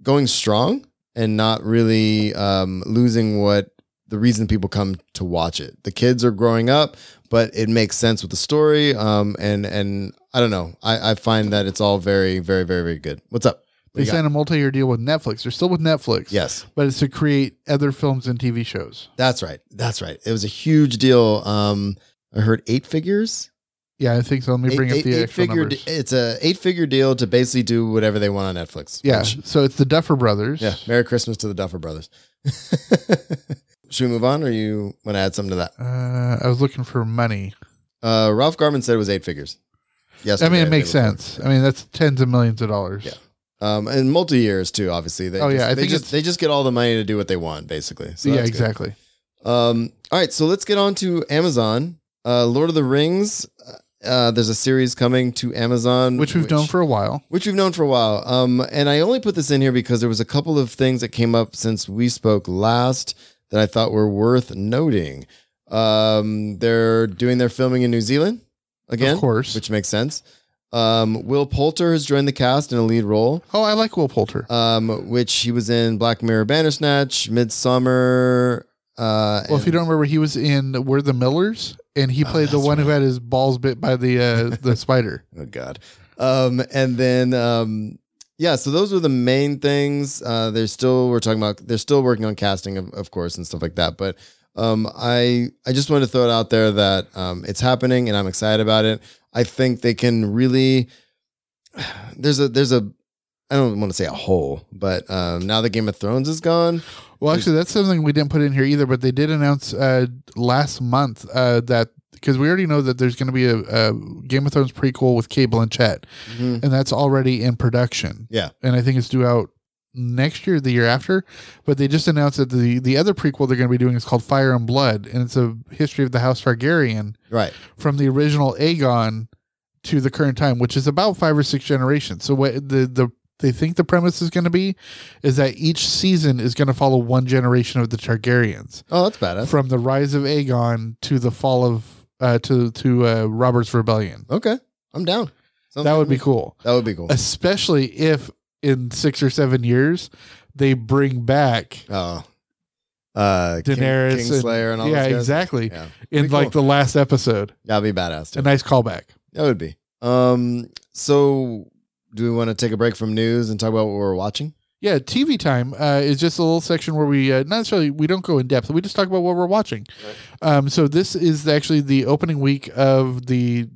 [SPEAKER 2] going strong and not really um, losing what the reason people come to watch it. The kids are growing up, but it makes sense with the story. Um, and and I don't know. I, I find that it's all very, very, very, very good. What's up? What you
[SPEAKER 3] They
[SPEAKER 2] got?
[SPEAKER 3] signed a multi-year deal with Netflix. They're still with Netflix.
[SPEAKER 2] yes,
[SPEAKER 3] But it's to create other films and TV shows.
[SPEAKER 2] that's right. That's right. It was a huge deal. Um, I heard eight figures.
[SPEAKER 3] Yeah, I think so. Let me bring
[SPEAKER 2] eight,
[SPEAKER 3] up the
[SPEAKER 2] eight
[SPEAKER 3] actual
[SPEAKER 2] figure.
[SPEAKER 3] numbers.
[SPEAKER 2] It's a eight figure deal to basically do whatever they want on Netflix.
[SPEAKER 3] yeah,
[SPEAKER 2] Which-
[SPEAKER 3] so it's the Duffer Brothers.
[SPEAKER 2] yeah. Merry Christmas to the Duffer Brothers. [laughs] Should we move on, or you want to add something to that?
[SPEAKER 3] Uh, I was looking for money.
[SPEAKER 2] Uh, Ralph Garman said it was eight figures. Yes,
[SPEAKER 3] I mean, it makes sense. I mean, that's tens of millions of dollars.
[SPEAKER 2] Yeah. Um, and multi years too, obviously. They
[SPEAKER 3] Oh,
[SPEAKER 2] just,
[SPEAKER 3] yeah, I
[SPEAKER 2] they
[SPEAKER 3] think
[SPEAKER 2] just
[SPEAKER 3] it's-
[SPEAKER 2] they just get all the money to do what they want, basically. So
[SPEAKER 3] yeah,
[SPEAKER 2] that's good.
[SPEAKER 3] exactly.
[SPEAKER 2] Um, all right, so let's get on to Amazon. Uh, Lord of the Rings. Uh, there's a series coming to Amazon,
[SPEAKER 3] Which we've known for a while.
[SPEAKER 2] which we've known for a while. Um, and I only put this in here because there was a couple of things that came up since we spoke last that I thought were worth noting. Um, they're doing their filming in New Zealand again,
[SPEAKER 3] Of course.
[SPEAKER 2] which makes sense. Um, Will Poulter has joined the cast in a lead role
[SPEAKER 3] oh, I like Will Poulter.
[SPEAKER 2] um, which he was in Black Mirror Bandersnatch, Midsummer. Uh,
[SPEAKER 3] well, if you don't remember, he was in We're the Millers, and he
[SPEAKER 2] Oh,
[SPEAKER 3] played the
[SPEAKER 2] that's
[SPEAKER 3] one who had his balls bit by the uh,
[SPEAKER 2] [laughs]
[SPEAKER 3] the spider.
[SPEAKER 2] oh god, um, and then um, yeah, so those were the main things. Uh, they're still we're talking about. They're still working on casting, of, of course, and stuff like that. But um, I I just wanted to throw it out there that um, it's happening, and I'm excited about it. I think they can really. [sighs] There's a there's a. I don't want to say a hole, but um, now that Game of Thrones is gone,
[SPEAKER 3] Well, actually, that's something we didn't put in here either, but they did announce uh, last month uh, that because we already know that there's going to be a, a Game of Thrones prequel with Cable and Chet,
[SPEAKER 2] mm-hmm.
[SPEAKER 3] and that's already in production.
[SPEAKER 2] Yeah.
[SPEAKER 3] and I think it's due out next year, the year after. But they just announced that the the other prequel they're going to be doing is called Fire and Blood, and it's a history of the House Targaryen
[SPEAKER 2] right?
[SPEAKER 3] from the original Aegon to the current time, which is about five or six generations. So what the the they think the premise is going to be is that each season is going to follow one generation of the Targaryens,
[SPEAKER 2] Oh, that's badass.
[SPEAKER 3] from the rise of Aegon to the fall of uh, to to uh, Robert's Rebellion.
[SPEAKER 2] Okay, I'm down. Sounds
[SPEAKER 3] That
[SPEAKER 2] good
[SPEAKER 3] would
[SPEAKER 2] to
[SPEAKER 3] be
[SPEAKER 2] me.
[SPEAKER 3] cool,
[SPEAKER 2] That would be cool.
[SPEAKER 3] especially if in six or seven years they bring back
[SPEAKER 2] Oh, uh, King-
[SPEAKER 3] Daenerys and-
[SPEAKER 2] Kingslayer, and, all.
[SPEAKER 3] yeah
[SPEAKER 2] those guys.
[SPEAKER 3] exactly
[SPEAKER 2] Yeah,
[SPEAKER 3] in
[SPEAKER 2] Be
[SPEAKER 3] like
[SPEAKER 2] cool.
[SPEAKER 3] the last episode.
[SPEAKER 2] that'd be badass.
[SPEAKER 3] A
[SPEAKER 2] Too.
[SPEAKER 3] nice callback.
[SPEAKER 2] That would be. Um, so do we want to take a break from news and talk about what we're watching?
[SPEAKER 3] Yeah, TV time uh, is just a little section where we uh, not necessarily we don't go in depth. We just talk about what we're watching. Um, so this is actually the opening week of the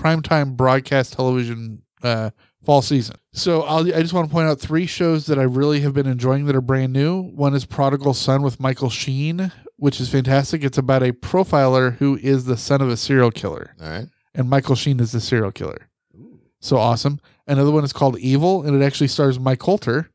[SPEAKER 3] primetime broadcast television uh, fall season. So I'll, I just want to point out three shows that I really have been enjoying that are brand new. One is Prodigal Son with Michael Sheen, which is fantastic. It's about a profiler who is the son of a serial killer
[SPEAKER 2] All right.
[SPEAKER 3] and Michael Sheen is the serial killer. So awesome. Another one is called Evil, and it actually stars Mike Coulter,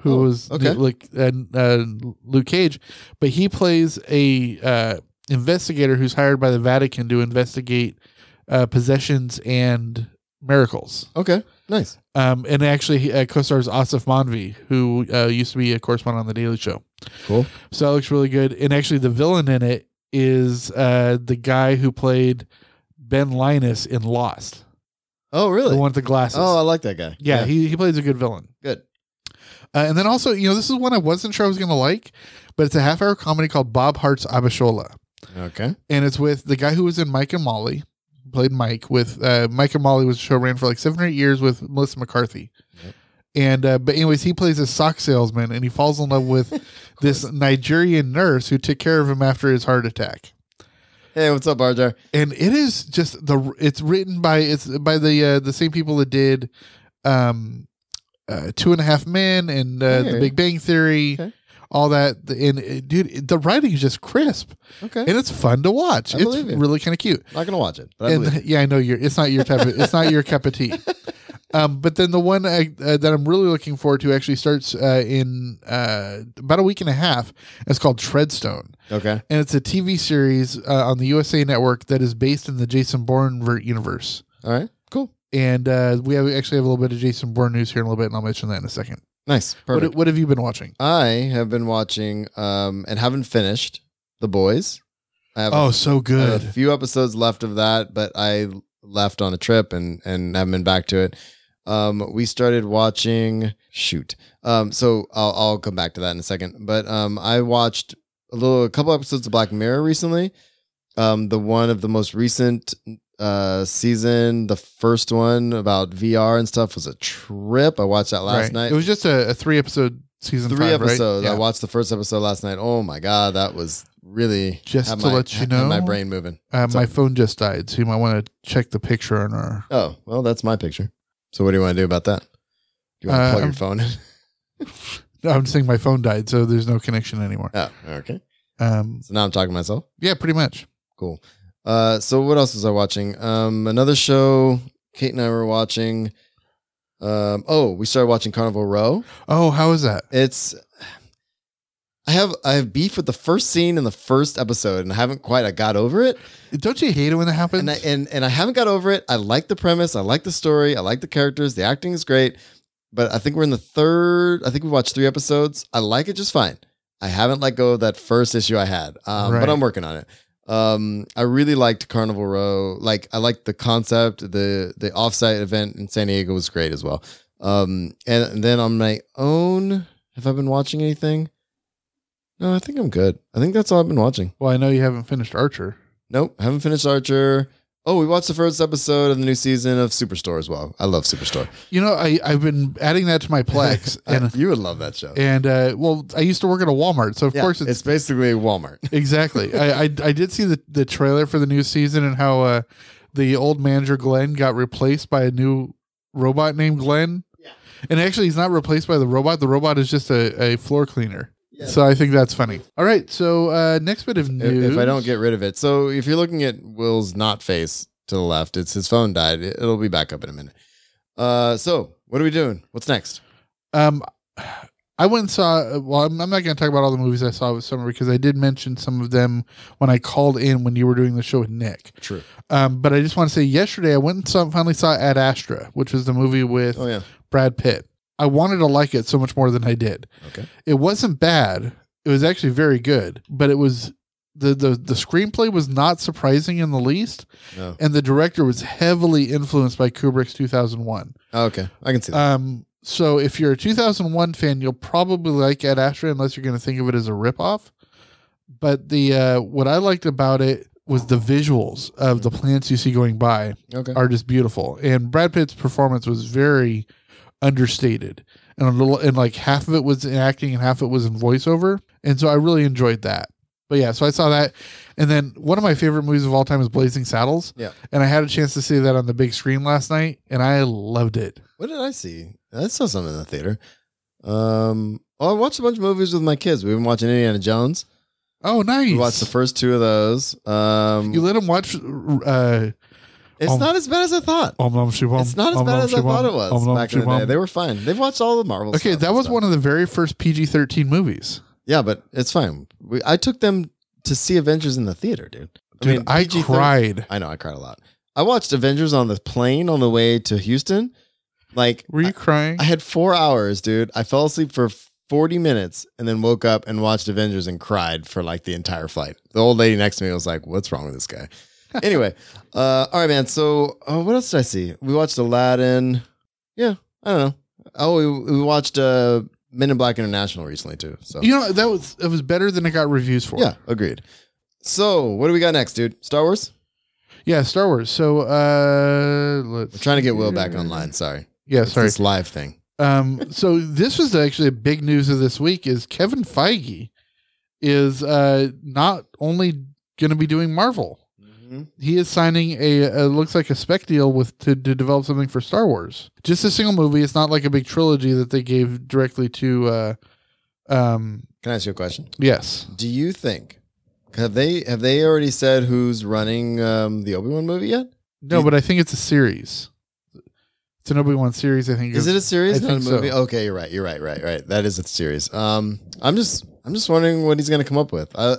[SPEAKER 3] who
[SPEAKER 2] Oh,
[SPEAKER 3] was
[SPEAKER 2] okay.
[SPEAKER 3] like and uh, Luke Cage, but he plays a uh, investigator who's hired by the Vatican to investigate uh, possessions and miracles.
[SPEAKER 2] Okay. Nice.
[SPEAKER 3] Um, and actually, he, uh, co-stars Asif Manvi, who uh, used to be a correspondent on the Daily Show.
[SPEAKER 2] Cool.
[SPEAKER 3] So that looks really good. And actually, the villain in it is uh, the guy who played Ben Linus in Lost,
[SPEAKER 2] Oh, really?
[SPEAKER 3] the one with the glasses.
[SPEAKER 2] Oh, I like that guy.
[SPEAKER 3] yeah, He, he plays a good villain.
[SPEAKER 2] Good.
[SPEAKER 3] Uh, and then also, you know, this is one I wasn't sure I was going to like, but it's a half hour comedy called Bob Hart's Abishola.
[SPEAKER 2] Okay.
[SPEAKER 3] And it's with the guy who was in Mike and Molly, played Mike, with uh, Mike and Molly was a show ran for like seven or eight years with Melissa McCarthy.
[SPEAKER 2] Yep.
[SPEAKER 3] And uh, but anyways, he plays a sock salesman, and he falls in
[SPEAKER 2] [laughs]
[SPEAKER 3] love with this Nigerian nurse who took care of him after his heart attack.
[SPEAKER 2] Hey, what's up, Arjar?
[SPEAKER 3] And it is just the it's written by it's by the uh, the same people that did um, uh, Two and a Half Men and uh, The
[SPEAKER 2] Hey.
[SPEAKER 3] Big Bang Theory,
[SPEAKER 2] Okay.
[SPEAKER 3] all that. And uh, dude, the writing is just crisp,
[SPEAKER 2] Okay,
[SPEAKER 3] and it's fun to watch.
[SPEAKER 2] I
[SPEAKER 3] it's
[SPEAKER 2] believe you.
[SPEAKER 3] really kind of cute
[SPEAKER 2] not gonna watch it. But I
[SPEAKER 3] and
[SPEAKER 2] believe it.
[SPEAKER 3] [laughs] yeah, I know you're. It's not your type. Of, it's not your cup of
[SPEAKER 2] [laughs]
[SPEAKER 3] tea. Um, but then the one I, uh, that I'm really looking forward to actually starts uh, in uh, about a week and a half. It's called Treadstone,
[SPEAKER 2] Okay,
[SPEAKER 3] and it's a TV series uh, on the USA Network that is based in the Jason Bourne ver- universe.
[SPEAKER 2] all right, cool,
[SPEAKER 3] And uh, we have, actually have a little bit of Jason Bourne news here in a little bit, and I'll mention that in a second.
[SPEAKER 2] nice, perfect.
[SPEAKER 3] What, what have you been watching?
[SPEAKER 2] I have been watching um, and haven't finished The Boys. I have
[SPEAKER 3] Oh,
[SPEAKER 2] a,
[SPEAKER 3] so
[SPEAKER 2] I have
[SPEAKER 3] good.
[SPEAKER 2] a few episodes left of that, but I left on a trip and and haven't been back to it. Um, we started watching. Shoot. Um, so I'll I'll come back to that in a second. But um, I watched a little a couple episodes of Black Mirror recently. Um, the one of the most recent uh season, the first one about VR and stuff was a trip. I watched that last
[SPEAKER 3] Right.
[SPEAKER 2] night
[SPEAKER 3] it was just a, a three episode season.
[SPEAKER 2] three
[SPEAKER 3] five, right?
[SPEAKER 2] episodes.
[SPEAKER 3] Yeah.
[SPEAKER 2] I watched the first episode last night. Oh my god, that was really
[SPEAKER 3] Just
[SPEAKER 2] had
[SPEAKER 3] to let you
[SPEAKER 2] had
[SPEAKER 3] know,
[SPEAKER 2] my brain moving.
[SPEAKER 3] Uh,
[SPEAKER 2] So-
[SPEAKER 3] my phone just died, so you might want to check the picture on our
[SPEAKER 2] Oh well, that's my picture. So what do you want to do about that? Do you want to
[SPEAKER 3] Uh,
[SPEAKER 2] plug your
[SPEAKER 3] I'm-
[SPEAKER 2] phone in? [laughs]
[SPEAKER 3] [laughs] No, I'm saying my phone died, so there's no connection anymore.
[SPEAKER 2] Oh, okay.
[SPEAKER 3] Um,
[SPEAKER 2] So now I'm talking to myself.
[SPEAKER 3] yeah, pretty much.
[SPEAKER 2] Cool. Uh, so what else was I watching? Um, another show Kate and I were watching. Um, oh, we started watching Carnival Row.
[SPEAKER 3] Oh, how is that?
[SPEAKER 2] It's I have I have beef with the first scene in the first episode, and I haven't quite I got over it.
[SPEAKER 3] Don't you hate it when that happens?
[SPEAKER 2] and I, and and I haven't got over it. I like the premise. I like the story. I like the characters. The acting is great. But I think we're in the third. I think we watched three episodes. I like it just fine. I haven't let go of that first issue I had, um,
[SPEAKER 3] Right.
[SPEAKER 2] but I'm working on it. Um, I really liked Carnival Row. Like I liked the concept. The the offsite event in San Diego was great as well. Um, and, and then on my own, have I been watching anything? No, I think I'm good. I think that's all I've been watching.
[SPEAKER 3] well, I know you haven't finished Archer.
[SPEAKER 2] Nope, haven't finished Archer. Oh, we watched the first episode of the new season of Superstore as well. I love
[SPEAKER 3] [laughs]
[SPEAKER 2] Superstore.
[SPEAKER 3] You know, I I've been adding that
[SPEAKER 2] [laughs]
[SPEAKER 3] to my Plex, and
[SPEAKER 2] you would love that show.
[SPEAKER 3] and uh, well, I used to work at a Walmart, so of
[SPEAKER 2] Yeah,
[SPEAKER 3] course
[SPEAKER 2] it's,
[SPEAKER 3] it's,
[SPEAKER 2] basically Walmart.
[SPEAKER 3] exactly. I, I I did see the the trailer for the new season and how uh, the old manager Glenn got replaced by a new robot named Glenn. And actually, he's not replaced by the robot. The robot is just a, a floor cleaner. So I think that's funny. All right. So uh, next bit of
[SPEAKER 2] If,
[SPEAKER 3] news.
[SPEAKER 2] if I don't get rid of it, so if you're looking at Will's not face to the left, it's his phone died. It, will be back up in a minute. Uh, so what are we doing? What's next?
[SPEAKER 3] Um, I went and saw. uh, Well, I'm, I'm not going to talk about all the movies I saw this summer because I did mention some of them when I called in when you were doing the show with Nick.
[SPEAKER 2] True.
[SPEAKER 3] Um, but I just want to say, yesterday I went and saw, finally saw Ad Astra, which was the movie with
[SPEAKER 2] Oh yeah.
[SPEAKER 3] Brad Pitt. I wanted to like it so much more than I did.
[SPEAKER 2] Okay.
[SPEAKER 3] It wasn't bad. It was actually very good, but it was the the the screenplay was not surprising in the least,
[SPEAKER 2] No.
[SPEAKER 3] and the director was heavily influenced by Kubrick's 2001.
[SPEAKER 2] Oh, okay. I can see that.
[SPEAKER 3] Um, so if you're a 2001 fan, you'll probably like Ad Astra unless you're going to think of it as a ripoff. But the uh, what I liked about it was the visuals of
[SPEAKER 2] Mm-hmm.
[SPEAKER 3] the plants you see going by
[SPEAKER 2] okay.
[SPEAKER 3] Uh, are just beautiful, and Brad Pitt's performance was very understated, and a little, and like half of it was in acting and half of it was in voiceover, and so I really enjoyed that. But yeah, so I saw that, and then one of my favorite movies of all time is Blazing Saddles.
[SPEAKER 2] Yeah.
[SPEAKER 3] and I had a chance to see that on the big screen last night, and I loved it.
[SPEAKER 2] What did I see? I saw something in the theater. Um. Oh, I watched a bunch of movies with my kids. We've been watching Indiana Jones.
[SPEAKER 3] Oh, nice.
[SPEAKER 2] We watched the first two of those. Um,
[SPEAKER 3] You let him watch. Uh,
[SPEAKER 2] it's
[SPEAKER 3] um,
[SPEAKER 2] not as bad as I thought.
[SPEAKER 3] Om Nom Shi Bom,
[SPEAKER 2] It's not as
[SPEAKER 3] Om
[SPEAKER 2] bad
[SPEAKER 3] Nom
[SPEAKER 2] as
[SPEAKER 3] Shi
[SPEAKER 2] I thought
[SPEAKER 3] Bom,
[SPEAKER 2] it was
[SPEAKER 3] Om Nom
[SPEAKER 2] back in
[SPEAKER 3] Shi
[SPEAKER 2] the day.
[SPEAKER 3] Bom.
[SPEAKER 2] They were fine. They've watched all the Marvel.
[SPEAKER 3] okay, that was one of the very first PG thirteen movies.
[SPEAKER 2] Yeah, but it's fine. We, I took them to see Avengers in the theater, dude.
[SPEAKER 3] Dude, I,
[SPEAKER 2] PG-13
[SPEAKER 3] cried.
[SPEAKER 2] I know I cried a lot. I watched Avengers on the plane on the way to Houston. Like,
[SPEAKER 3] Were you
[SPEAKER 2] I,
[SPEAKER 3] crying?
[SPEAKER 2] I had four hours, dude. I fell asleep for. 40 minutes and then woke up and watched Avengers and cried for like the entire flight. The old lady next to me was like, What's wrong with this guy? anyway, uh, all right, man. So, uh, what else did I see? We watched Aladdin. Yeah, I don't know. Oh, we, we watched uh, Men in Black International recently too. So,
[SPEAKER 3] you know that was it was better than I got reviews for.
[SPEAKER 2] yeah, agreed. So, what do we got next, dude? Star Wars.
[SPEAKER 3] yeah, Star Wars. So uh, let's
[SPEAKER 2] We're trying to get
[SPEAKER 3] see
[SPEAKER 2] Will back
[SPEAKER 3] here.
[SPEAKER 2] online. Sorry.
[SPEAKER 3] Yeah,
[SPEAKER 2] It's
[SPEAKER 3] sorry.
[SPEAKER 2] This live thing.
[SPEAKER 3] Um, so this was actually a big news of this week is Kevin Feige is uh, not only going to be doing Marvel. He is signing a, a looks like a spec deal with to, to develop something for Star Wars. Just a single movie. It's not like a big trilogy that they gave directly to. Uh, um.
[SPEAKER 2] Can I ask you a question?
[SPEAKER 3] Yes.
[SPEAKER 2] Do you think have they have they already said who's running um, the Obi Wan movie yet?
[SPEAKER 3] No, but I think it's a series. It's an Obi Wan series. I think.
[SPEAKER 2] Is it a series?
[SPEAKER 3] I
[SPEAKER 2] not a
[SPEAKER 3] think so.
[SPEAKER 2] movie? Okay, you're right. You're right. Right. Right. That is a series. Um, I'm just I'm just wondering what he's gonna come up with. I,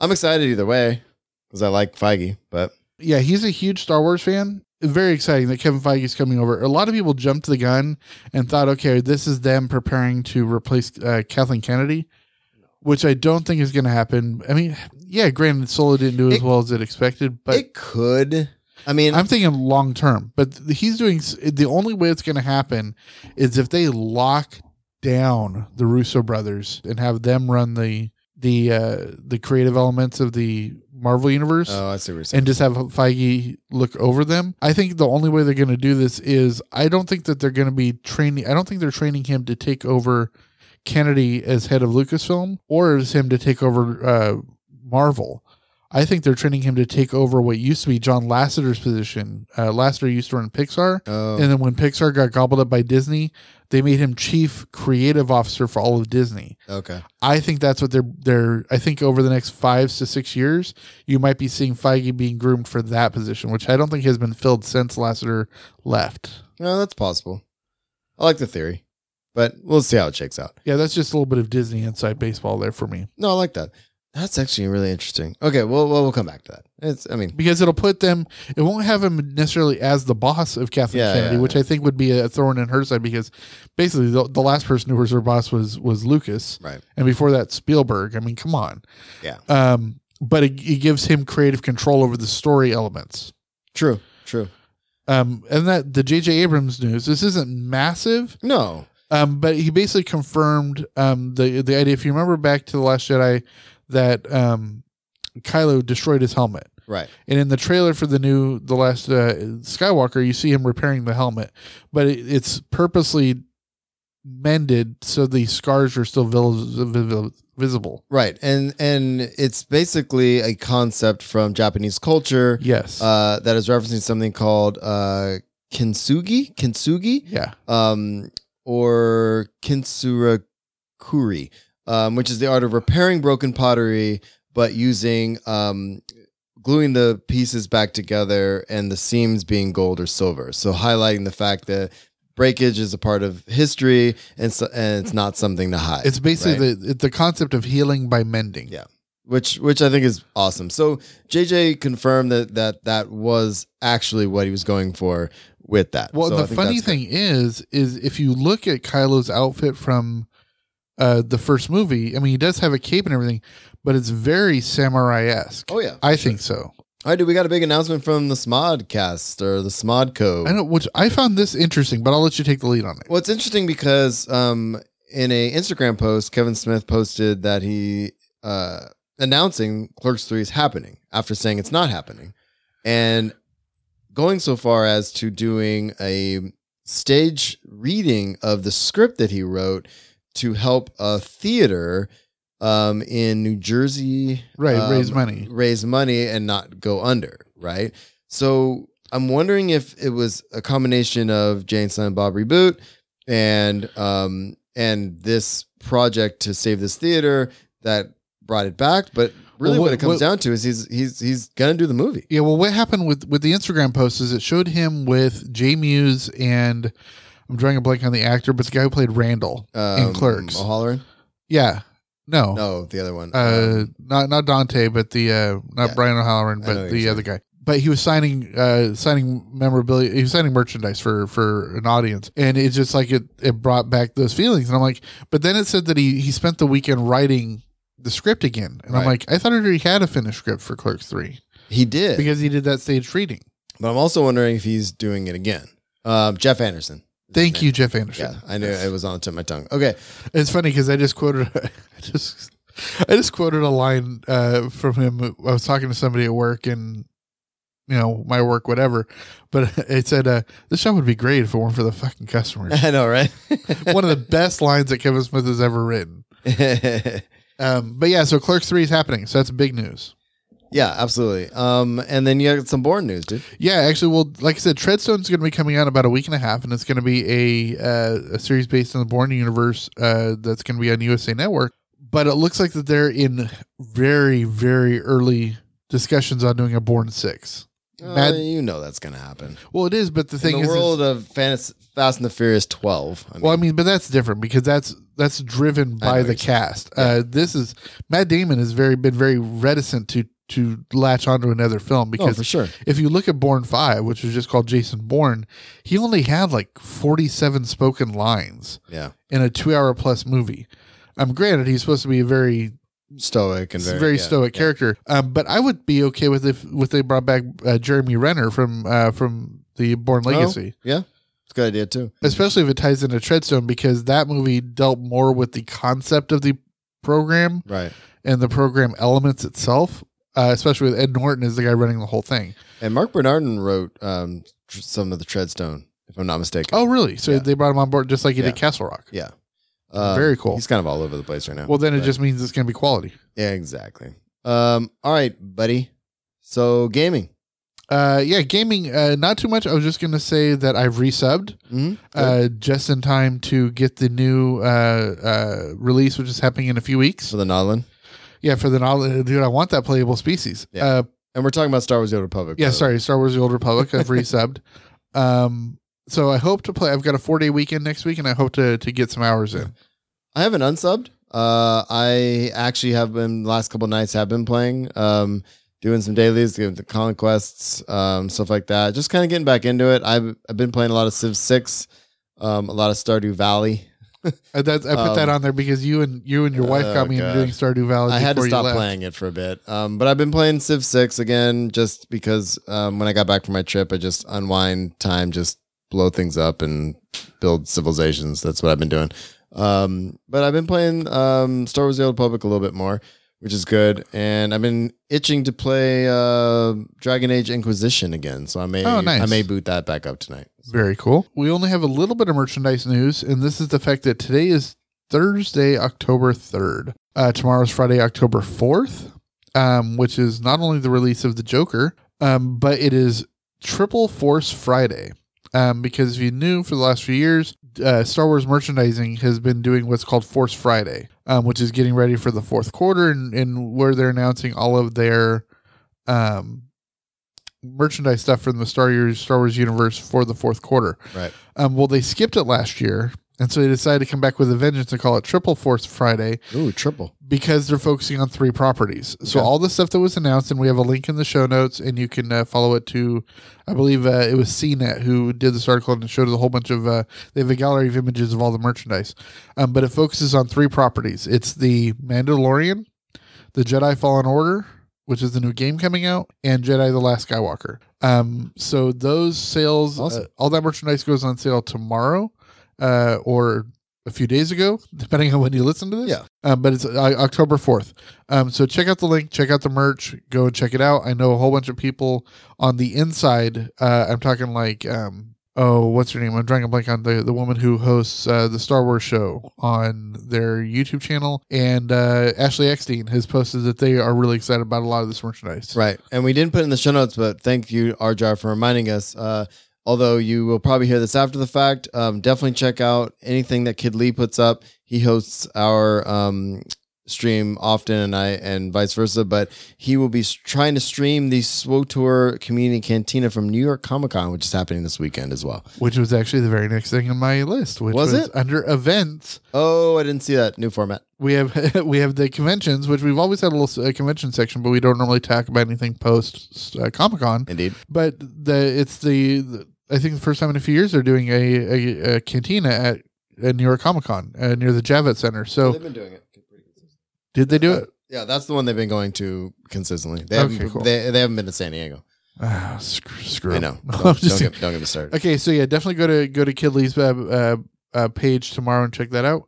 [SPEAKER 2] I'm excited either way because I like Feige, but
[SPEAKER 3] yeah, he's a huge Star Wars fan. Very exciting that Kevin Feige is coming over. A lot of people jumped the gun and thought, okay, this is them preparing to replace uh, Kathleen Kennedy, which I don't think is going to happen. I mean, yeah, granted, Solo didn't do as
[SPEAKER 2] It-
[SPEAKER 3] well as it expected, but
[SPEAKER 2] it could. I mean,
[SPEAKER 3] I'm thinking long term. But th- he's doing s- the only way it's going to happen is if they lock down the Russo brothers and have them run the the uh, the creative elements of the Marvel universe
[SPEAKER 2] oh, I see what you're saying.
[SPEAKER 3] and just have Feige look over them. I think the only way they're going to do this is I don't think that they're going to be training. I don't think they're training him to take over Kennedy as head of Lucasfilm or as him to take over uh, Marvel. I think they're training him to take over what used to be John Lasseter's position. Uh, Lasseter used to run Pixar.
[SPEAKER 2] oh,
[SPEAKER 3] And then when Pixar got gobbled up by Disney, they made him chief creative officer for all of Disney.
[SPEAKER 2] okay.
[SPEAKER 3] I think that's what they're they're. I think over the next five to six years, you might be seeing Feige being groomed for that position, which I don't think has been filled since Lasseter left.
[SPEAKER 2] No, that's possible. I like the theory, but we'll see how it shakes out.
[SPEAKER 3] Yeah, that's just a little bit of Disney inside baseball there for me
[SPEAKER 2] No, I like that. That's actually really interesting. Okay, well, well, we'll come back to that. It's, I mean,
[SPEAKER 3] because it'll put them. It won't have him necessarily as the boss of Kathleen
[SPEAKER 2] Yeah,
[SPEAKER 3] Kennedy,
[SPEAKER 2] yeah,
[SPEAKER 3] which I think would be a thorn in her side because basically the, the last person who was her boss was was Lucas,
[SPEAKER 2] right.
[SPEAKER 3] and before that Spielberg. I mean, come on.
[SPEAKER 2] Yeah.
[SPEAKER 3] Um, but it, it gives him creative control over the story elements.
[SPEAKER 2] True. True.
[SPEAKER 3] Um, and that the J.J. Abrams news. This isn't massive,
[SPEAKER 2] No.
[SPEAKER 3] um, but he basically confirmed um, the the idea. If you remember back to the Last Jedi, that um, Kylo destroyed his helmet,
[SPEAKER 2] Right.
[SPEAKER 3] and in the trailer for the new the Last uh, Skywalker, you see him repairing the helmet, but it, it's purposely mended so the scars are still vis- vis- visible.
[SPEAKER 2] Right. And and it's basically a concept from Japanese culture
[SPEAKER 3] Yes.
[SPEAKER 2] uh, that is referencing something called uh, kintsugi, kintsugi,
[SPEAKER 3] yeah.
[SPEAKER 2] um, or kintsurakuri, um, which is the art of repairing broken pottery but using um, gluing the pieces back together and the seams being gold or silver. So highlighting the fact that breakage is a part of history and so, and it's not something to hide.
[SPEAKER 3] It's
[SPEAKER 2] right?
[SPEAKER 3] basically the the concept of healing by mending.
[SPEAKER 2] Yeah. which which I think is awesome. So JJ confirmed that that that was actually what he was going for with that.
[SPEAKER 3] Well,
[SPEAKER 2] So I
[SPEAKER 3] the
[SPEAKER 2] think
[SPEAKER 3] funny
[SPEAKER 2] that's
[SPEAKER 3] thing is, is if you look at Kylo's outfit from uh, the first movie, I mean, he does have a cape and everything, but it's very samurai esque.
[SPEAKER 2] good. Oh yeah,
[SPEAKER 3] I think so.
[SPEAKER 2] All right, dude, we got a big announcement from the Smodcast or the Smodco.
[SPEAKER 3] I know, which I found this interesting, but I'll let you take the lead on it.
[SPEAKER 2] Well, it's interesting because um, in a Instagram post, Kevin Smith posted that he uh, announcing Clerks Three is happening after saying it's not happening, and going so far as to doing a stage reading of the script that he wrote to help a theater um, in New Jersey
[SPEAKER 3] Right, raise
[SPEAKER 2] um,
[SPEAKER 3] money.
[SPEAKER 2] raise money and not go under, right? So I'm wondering if it was a combination of Jane Silent Bob reboot and um and this project to save this theater that brought it back. But really,
[SPEAKER 3] Well,
[SPEAKER 2] what, it comes
[SPEAKER 3] what-
[SPEAKER 2] down to is he's he's he's gonna do the movie.
[SPEAKER 3] Yeah, well, what happened with with the Instagram post is it showed him with Jay Muse and I'm drawing a blank on the actor, but it's the guy who played Randall
[SPEAKER 2] Um,
[SPEAKER 3] in Clerks.
[SPEAKER 2] O'Halloran?
[SPEAKER 3] Yeah, no,
[SPEAKER 2] No, the other one.
[SPEAKER 3] uh, not not Dante, but the uh, not
[SPEAKER 2] Yeah.
[SPEAKER 3] Brian
[SPEAKER 2] I
[SPEAKER 3] O'Halloran,
[SPEAKER 2] know
[SPEAKER 3] but
[SPEAKER 2] what
[SPEAKER 3] the
[SPEAKER 2] you're
[SPEAKER 3] other guy. But he was signing uh, signing memorabilia. He was signing merchandise for for an audience, and it's just like it it brought back those feelings. And I'm like, but then it said that he he spent the weekend writing the script again, and I'm
[SPEAKER 2] Right.
[SPEAKER 3] like, I thought he already had a finished script for Clerks Three
[SPEAKER 2] he did,
[SPEAKER 3] because he did that stage reading.
[SPEAKER 2] but I'm also wondering if he's doing it again. Um, Jeff Anderson. is his
[SPEAKER 3] Thank
[SPEAKER 2] name.
[SPEAKER 3] you, Jeff Anderson.
[SPEAKER 2] Yeah, I knew it was on the tip of my tongue. Okay, [laughs]
[SPEAKER 3] It's funny because I just quoted, [laughs] I just, I just quoted a line uh, from him. I was talking to somebody at work, and you know my work whatever but [laughs] it said uh, this shop would be great if it weren't for the fucking
[SPEAKER 2] [laughs]
[SPEAKER 3] customers
[SPEAKER 2] I know, right?
[SPEAKER 3] one of the best lines that kevin smith has ever written um, but yeah so clerks 3 is happening so that's big news
[SPEAKER 2] yeah, absolutely. Um, and then you got some board news, dude.
[SPEAKER 3] yeah actually well like i said treadstone's going to be coming out in about a week and a half and it's going to be a, uh, a series based on the born universe uh, that's going to be on usa network but it looks like that they're in very very early discussions on doing a born 6
[SPEAKER 2] Uh,
[SPEAKER 3] Mad-
[SPEAKER 2] you know that's gonna happen.
[SPEAKER 3] well it is but the thing
[SPEAKER 2] In
[SPEAKER 3] is
[SPEAKER 2] the
[SPEAKER 3] is-
[SPEAKER 2] world of fantasy, Fast and the Furious twelve. I mean,
[SPEAKER 3] Well, I mean, but that's different because that's that's
[SPEAKER 2] I
[SPEAKER 3] driven
[SPEAKER 2] know
[SPEAKER 3] by
[SPEAKER 2] what
[SPEAKER 3] the
[SPEAKER 2] you're saying.
[SPEAKER 3] cast. Uh, this is Matt Damon has very been very reticent to to latch onto another film
[SPEAKER 2] oh,
[SPEAKER 3] because
[SPEAKER 2] for sure.
[SPEAKER 3] if you look at Born Five, which was just called Jason Bourne, he only had like forty seven spoken lines
[SPEAKER 2] Yeah,
[SPEAKER 3] in a two hour plus movie. Um, granted, he's supposed to be a very
[SPEAKER 2] stoic and
[SPEAKER 3] very,
[SPEAKER 2] very, yeah.
[SPEAKER 3] stoic character, um, but I would be okay with if with they brought back uh, Jeremy Renner from uh, from the Born
[SPEAKER 2] Oh.
[SPEAKER 3] Legacy
[SPEAKER 2] Yeah, it's a good idea too.
[SPEAKER 3] especially if it ties into Treadstone because that movie dealt more with the concept of the program
[SPEAKER 2] Right.
[SPEAKER 3] and the program elements itself. Uh, especially with Ed Norton as the guy running the whole thing.
[SPEAKER 2] And Mark Bernardin wrote um, tr- some of the Treadstone, if I'm not mistaken.
[SPEAKER 3] Oh, really? So
[SPEAKER 2] Yeah.
[SPEAKER 3] they brought him on board just like he
[SPEAKER 2] Yeah.
[SPEAKER 3] did Castle Rock.
[SPEAKER 2] Yeah. Um,
[SPEAKER 3] very cool.
[SPEAKER 2] He's kind of all over the place right now.
[SPEAKER 3] Well, then it
[SPEAKER 2] but-
[SPEAKER 3] just means it's going to be quality.
[SPEAKER 2] yeah, exactly. Um, all right, buddy. So gaming.
[SPEAKER 3] Uh, yeah, gaming. Uh, not too much. I was just going to say that I've resubbed
[SPEAKER 2] Mm-hmm.
[SPEAKER 3] uh, just in time to get the new uh, uh, release, which is happening in a few weeks.
[SPEAKER 2] for the Nautilin.
[SPEAKER 3] Yeah, for the novel, dude, I want that playable species.
[SPEAKER 2] Yeah.
[SPEAKER 3] Uh,
[SPEAKER 2] And we're talking about Star Wars: The Old Republic. by
[SPEAKER 3] Yeah,
[SPEAKER 2] the way.
[SPEAKER 3] sorry, Star Wars: The Old Republic.
[SPEAKER 2] [laughs]
[SPEAKER 3] I've resubbed. Um, so I hope to play. I've got a four day weekend next week, and I hope to to get some hours in.
[SPEAKER 2] I haven't unsubbed. Uh, I actually have been last couple nights have been playing, um, doing some dailies, doing the conquests, um, stuff like that. Just kind of getting back into it. I've I've been playing a lot of Civ Six, um, a lot of Stardew Valley.
[SPEAKER 3] I, that, Uh, I put that
[SPEAKER 2] Um,
[SPEAKER 3] on there because you and you and your wife
[SPEAKER 2] oh,
[SPEAKER 3] got me
[SPEAKER 2] God.
[SPEAKER 3] into doing Stardew Valley.
[SPEAKER 2] I had to
[SPEAKER 3] before you
[SPEAKER 2] stop
[SPEAKER 3] left.
[SPEAKER 2] playing it for a bit, um, but I've been playing Civ Six again just because um, when I got back from my trip, I just unwind time, just blow things up and build civilizations. That's what I've been doing. Um, but I've been playing um, Star Wars: The Old Republic a little bit more, which is good, and I've been itching to play uh, Dragon Age Inquisition again. So I may
[SPEAKER 3] Oh, nice.
[SPEAKER 2] I may boot that back up tonight.
[SPEAKER 3] Very cool. We only have a little bit of merchandise news, and this is the fact that today is Thursday, October 3rd. Uh, tomorrow's Friday, October 4th, um, which is not only the release of The Joker, um, but it is Triple Force Friday. Um, because if you knew for the last few years, uh, Star Wars merchandising has been doing what's called Force Friday, um, which is getting ready for the fourth quarter and, and where they're announcing all of their um, merchandise stuff from the Star Wars Star Wars universe for the fourth quarter.
[SPEAKER 2] Right.
[SPEAKER 3] Um, well, they skipped it last year, and so they decided to come back with a vengeance and call it Triple Force Friday
[SPEAKER 2] Ooh, triple.
[SPEAKER 3] because they're focusing on three properties. So
[SPEAKER 2] Okay.
[SPEAKER 3] all the stuff that was announced, and we have a link in the show notes, and you can uh, follow it to, I believe uh, it was CNET who did this article and showed us a whole bunch of. Uh, they have a gallery of images of all the merchandise, um, but it focuses on three properties. It's the Mandalorian, the Jedi Fallen Order, which is the new game coming out, and Jedi: The Last Skywalker. Um, so those sales, uh,
[SPEAKER 2] Awesome.
[SPEAKER 3] all that merchandise goes on sale tomorrow, uh, or a few days ago, [laughs] depending on when you listen to this.
[SPEAKER 2] Yeah.
[SPEAKER 3] Um, but it's uh, October 4th. Um, so check out the link, check out the merch, go and check it out. I know a whole bunch of people on the inside. Uh, I'm talking like, um, oh, what's her name? I'm drawing a blank on the, the woman who hosts uh, the Star Wars show on their YouTube channel. And uh, Ashley Eckstein has posted that they are really excited about a lot of this merchandise.
[SPEAKER 2] Right. And we didn't put it in the show notes, but thank you, Arjar, for reminding us. Uh, although you will probably hear this after the fact, um, definitely check out anything that Kid Lee puts up. He hosts our um, stream often, and I and vice versa. But he will be s- trying to stream the SWOTOR Community Cantina from New York Comic Con, which is happening this weekend as well.
[SPEAKER 3] Which was actually the very next thing on my list, which
[SPEAKER 2] Was
[SPEAKER 3] was,
[SPEAKER 2] it?
[SPEAKER 3] under events.
[SPEAKER 2] Oh, I didn't see that new format.
[SPEAKER 3] we have [laughs] we have the conventions, which we've always had a little uh, convention section, but we don't normally talk about anything post uh, Comic Con.
[SPEAKER 2] Indeed.
[SPEAKER 3] But the it's the, the- I think the first time in a few years they're doing a a, a cantina at, at New York Comic Con uh, near the Javits Center. So
[SPEAKER 2] Oh. been doing it. pretty consistently.
[SPEAKER 3] did they do it?
[SPEAKER 2] Yeah, that's the one they've been going to consistently. They,
[SPEAKER 3] Okay,
[SPEAKER 2] haven't,
[SPEAKER 3] cool.
[SPEAKER 2] they, they haven't been to San Diego.
[SPEAKER 3] Ah, screw, screw
[SPEAKER 2] I
[SPEAKER 3] 'em. [laughs]
[SPEAKER 2] know.
[SPEAKER 3] I'm
[SPEAKER 2] Don't,
[SPEAKER 3] just
[SPEAKER 2] don't get, don't get me started.
[SPEAKER 3] Okay, so yeah, definitely go to go to Kidley's uh, uh, uh, page tomorrow and check that out.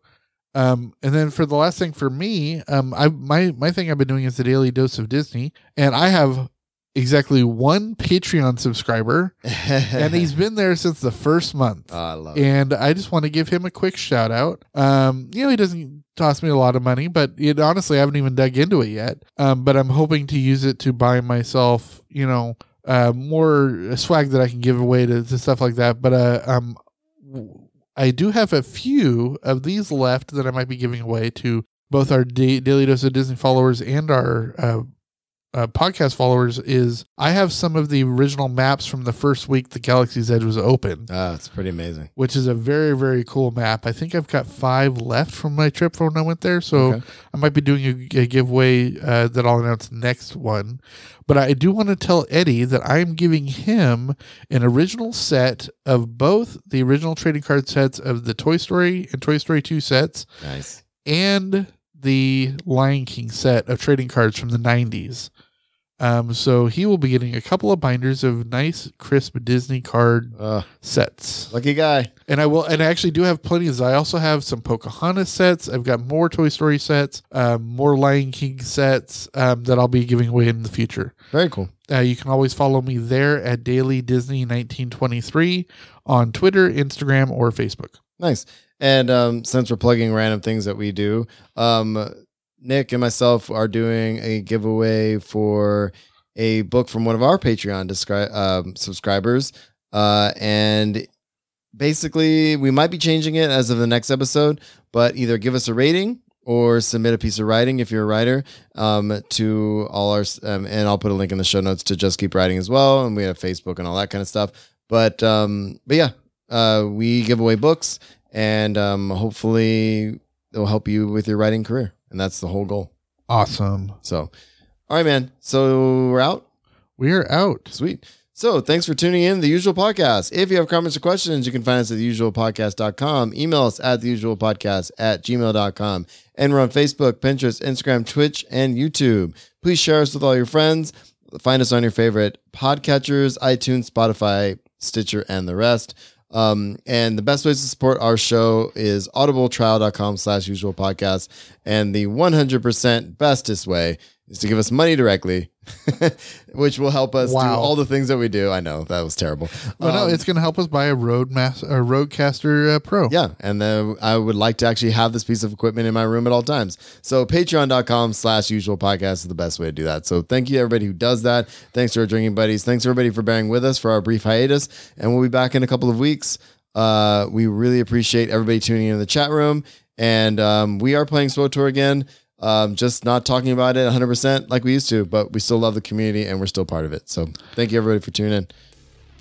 [SPEAKER 3] Um, and then for the last thing for me, um, I my my thing I've been doing is the daily dose of Disney, and I have exactly one Patreon subscriber,
[SPEAKER 2] [laughs]
[SPEAKER 3] and he's been there since the first month.
[SPEAKER 2] Oh, I love it.
[SPEAKER 3] and I just want to give him a quick shout out. Um, you know, he doesn't toss me a lot of money, but it, honestly, I haven't even dug into it yet. Um, but I'm hoping to use it to buy myself, you know, uh, more swag that I can give away to, to stuff like that. But uh, um, w- I do have a few of these left that I might be giving away to both our da- Daily Dose of Disney followers and our. Uh, uh, podcast followers is I have some of the original maps from the first week the Galaxy's Edge was open
[SPEAKER 2] Oh, it's pretty amazing.
[SPEAKER 3] which is a very very cool map. I think I've got five left from my trip from when I went there, so
[SPEAKER 2] Okay.
[SPEAKER 3] I might be doing a, a giveaway uh, that I'll announce next one. But I do want to tell Eddie that I'm giving him an original set of both the original trading card sets of the Toy Story and Toy Story Two sets,
[SPEAKER 2] Nice.
[SPEAKER 3] and the Lion King set of trading cards from the 90s. Um, so he will be getting a couple of binders of nice, crisp Disney card
[SPEAKER 2] Oh,
[SPEAKER 3] sets.
[SPEAKER 2] lucky guy.
[SPEAKER 3] And I will, and I actually do have plenty. Of, I also have some Pocahontas sets. I've got more Toy Story sets, um, more Lion King sets um, that I'll be giving away in the future.
[SPEAKER 2] Very cool.
[SPEAKER 3] Uh, you can always follow me there at Daily Disney 1923 on Twitter, Instagram, or Facebook.
[SPEAKER 2] Nice. And um, since we're plugging random things that we do, um, Nick and myself are doing a giveaway for a book from one of our Patreon descri- um, subscribers. Uh, and basically, we might be changing it as of the next episode, but either give us a rating or submit a piece of writing if you're a writer um, to all our, um, and I'll put a link in the show notes to just keep writing as well. And we have Facebook and all that kind of stuff. But, um, but yeah, uh, we give away books and um, hopefully it'll help you with your writing career. And that's the whole goal.
[SPEAKER 3] Awesome.
[SPEAKER 2] So, all right, man. So we're out.
[SPEAKER 3] We are out.
[SPEAKER 2] Sweet. So thanks for tuning in to the usual podcast. If you have comments or questions, you can find us at theusualpodcast.com. Email us at theusualpodcast at gmail.com. And we're on Facebook, Pinterest, Instagram, Twitch, and YouTube. Please share us with all your friends. Find us on your favorite podcatchers, iTunes, Spotify, Stitcher, and the rest. Um, and the best ways to support our show is audibletrial.com slash usual podcast. And the 100% bestest way is to give us money directly, [laughs] which will help us do
[SPEAKER 3] Wow.
[SPEAKER 2] all the things that we do. I know that was terrible.
[SPEAKER 3] Well,
[SPEAKER 2] Um,
[SPEAKER 3] Oh, no, it's going to help us buy a Roadmas- a Roadcaster uh, Pro.
[SPEAKER 2] yeah, and then I would like to actually have this piece of equipment in my room at all times. So patreon.com slash usual podcast is the best way to do that. So thank you to everybody who does that. Thanks to our drinking buddies. Thanks everybody for bearing with us for our brief hiatus. And we'll be back in a couple of weeks. Uh, we really appreciate everybody tuning in the chat room. And um, we are playing SWOTOR again. Um, just not talking about it 100% like we used to, but we still love the community and we're still part of it. So thank you everybody for tuning in.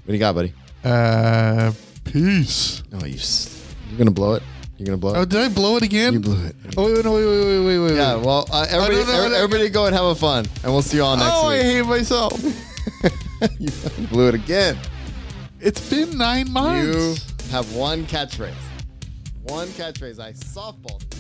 [SPEAKER 2] What do you got, buddy?
[SPEAKER 3] Uh, peace.
[SPEAKER 2] Oh, you, s- you're going to blow it. You're going to blow it.
[SPEAKER 3] Oh, did I blow it again?
[SPEAKER 2] You blew it.
[SPEAKER 3] Oh, wait, wait, no, wait, wait, wait, wait, wait.
[SPEAKER 2] Yeah,
[SPEAKER 3] wait.
[SPEAKER 2] well, uh, everybody,
[SPEAKER 3] no, no,
[SPEAKER 2] ev-
[SPEAKER 3] no.
[SPEAKER 2] everybody go and have a fun, and we'll see you all next
[SPEAKER 3] Oh, I
[SPEAKER 2] week.
[SPEAKER 3] hate myself.
[SPEAKER 2] [laughs] you fucking blew it again.
[SPEAKER 3] It's been nine months.
[SPEAKER 2] You have one catchphrase. One catchphrase. I softballed it.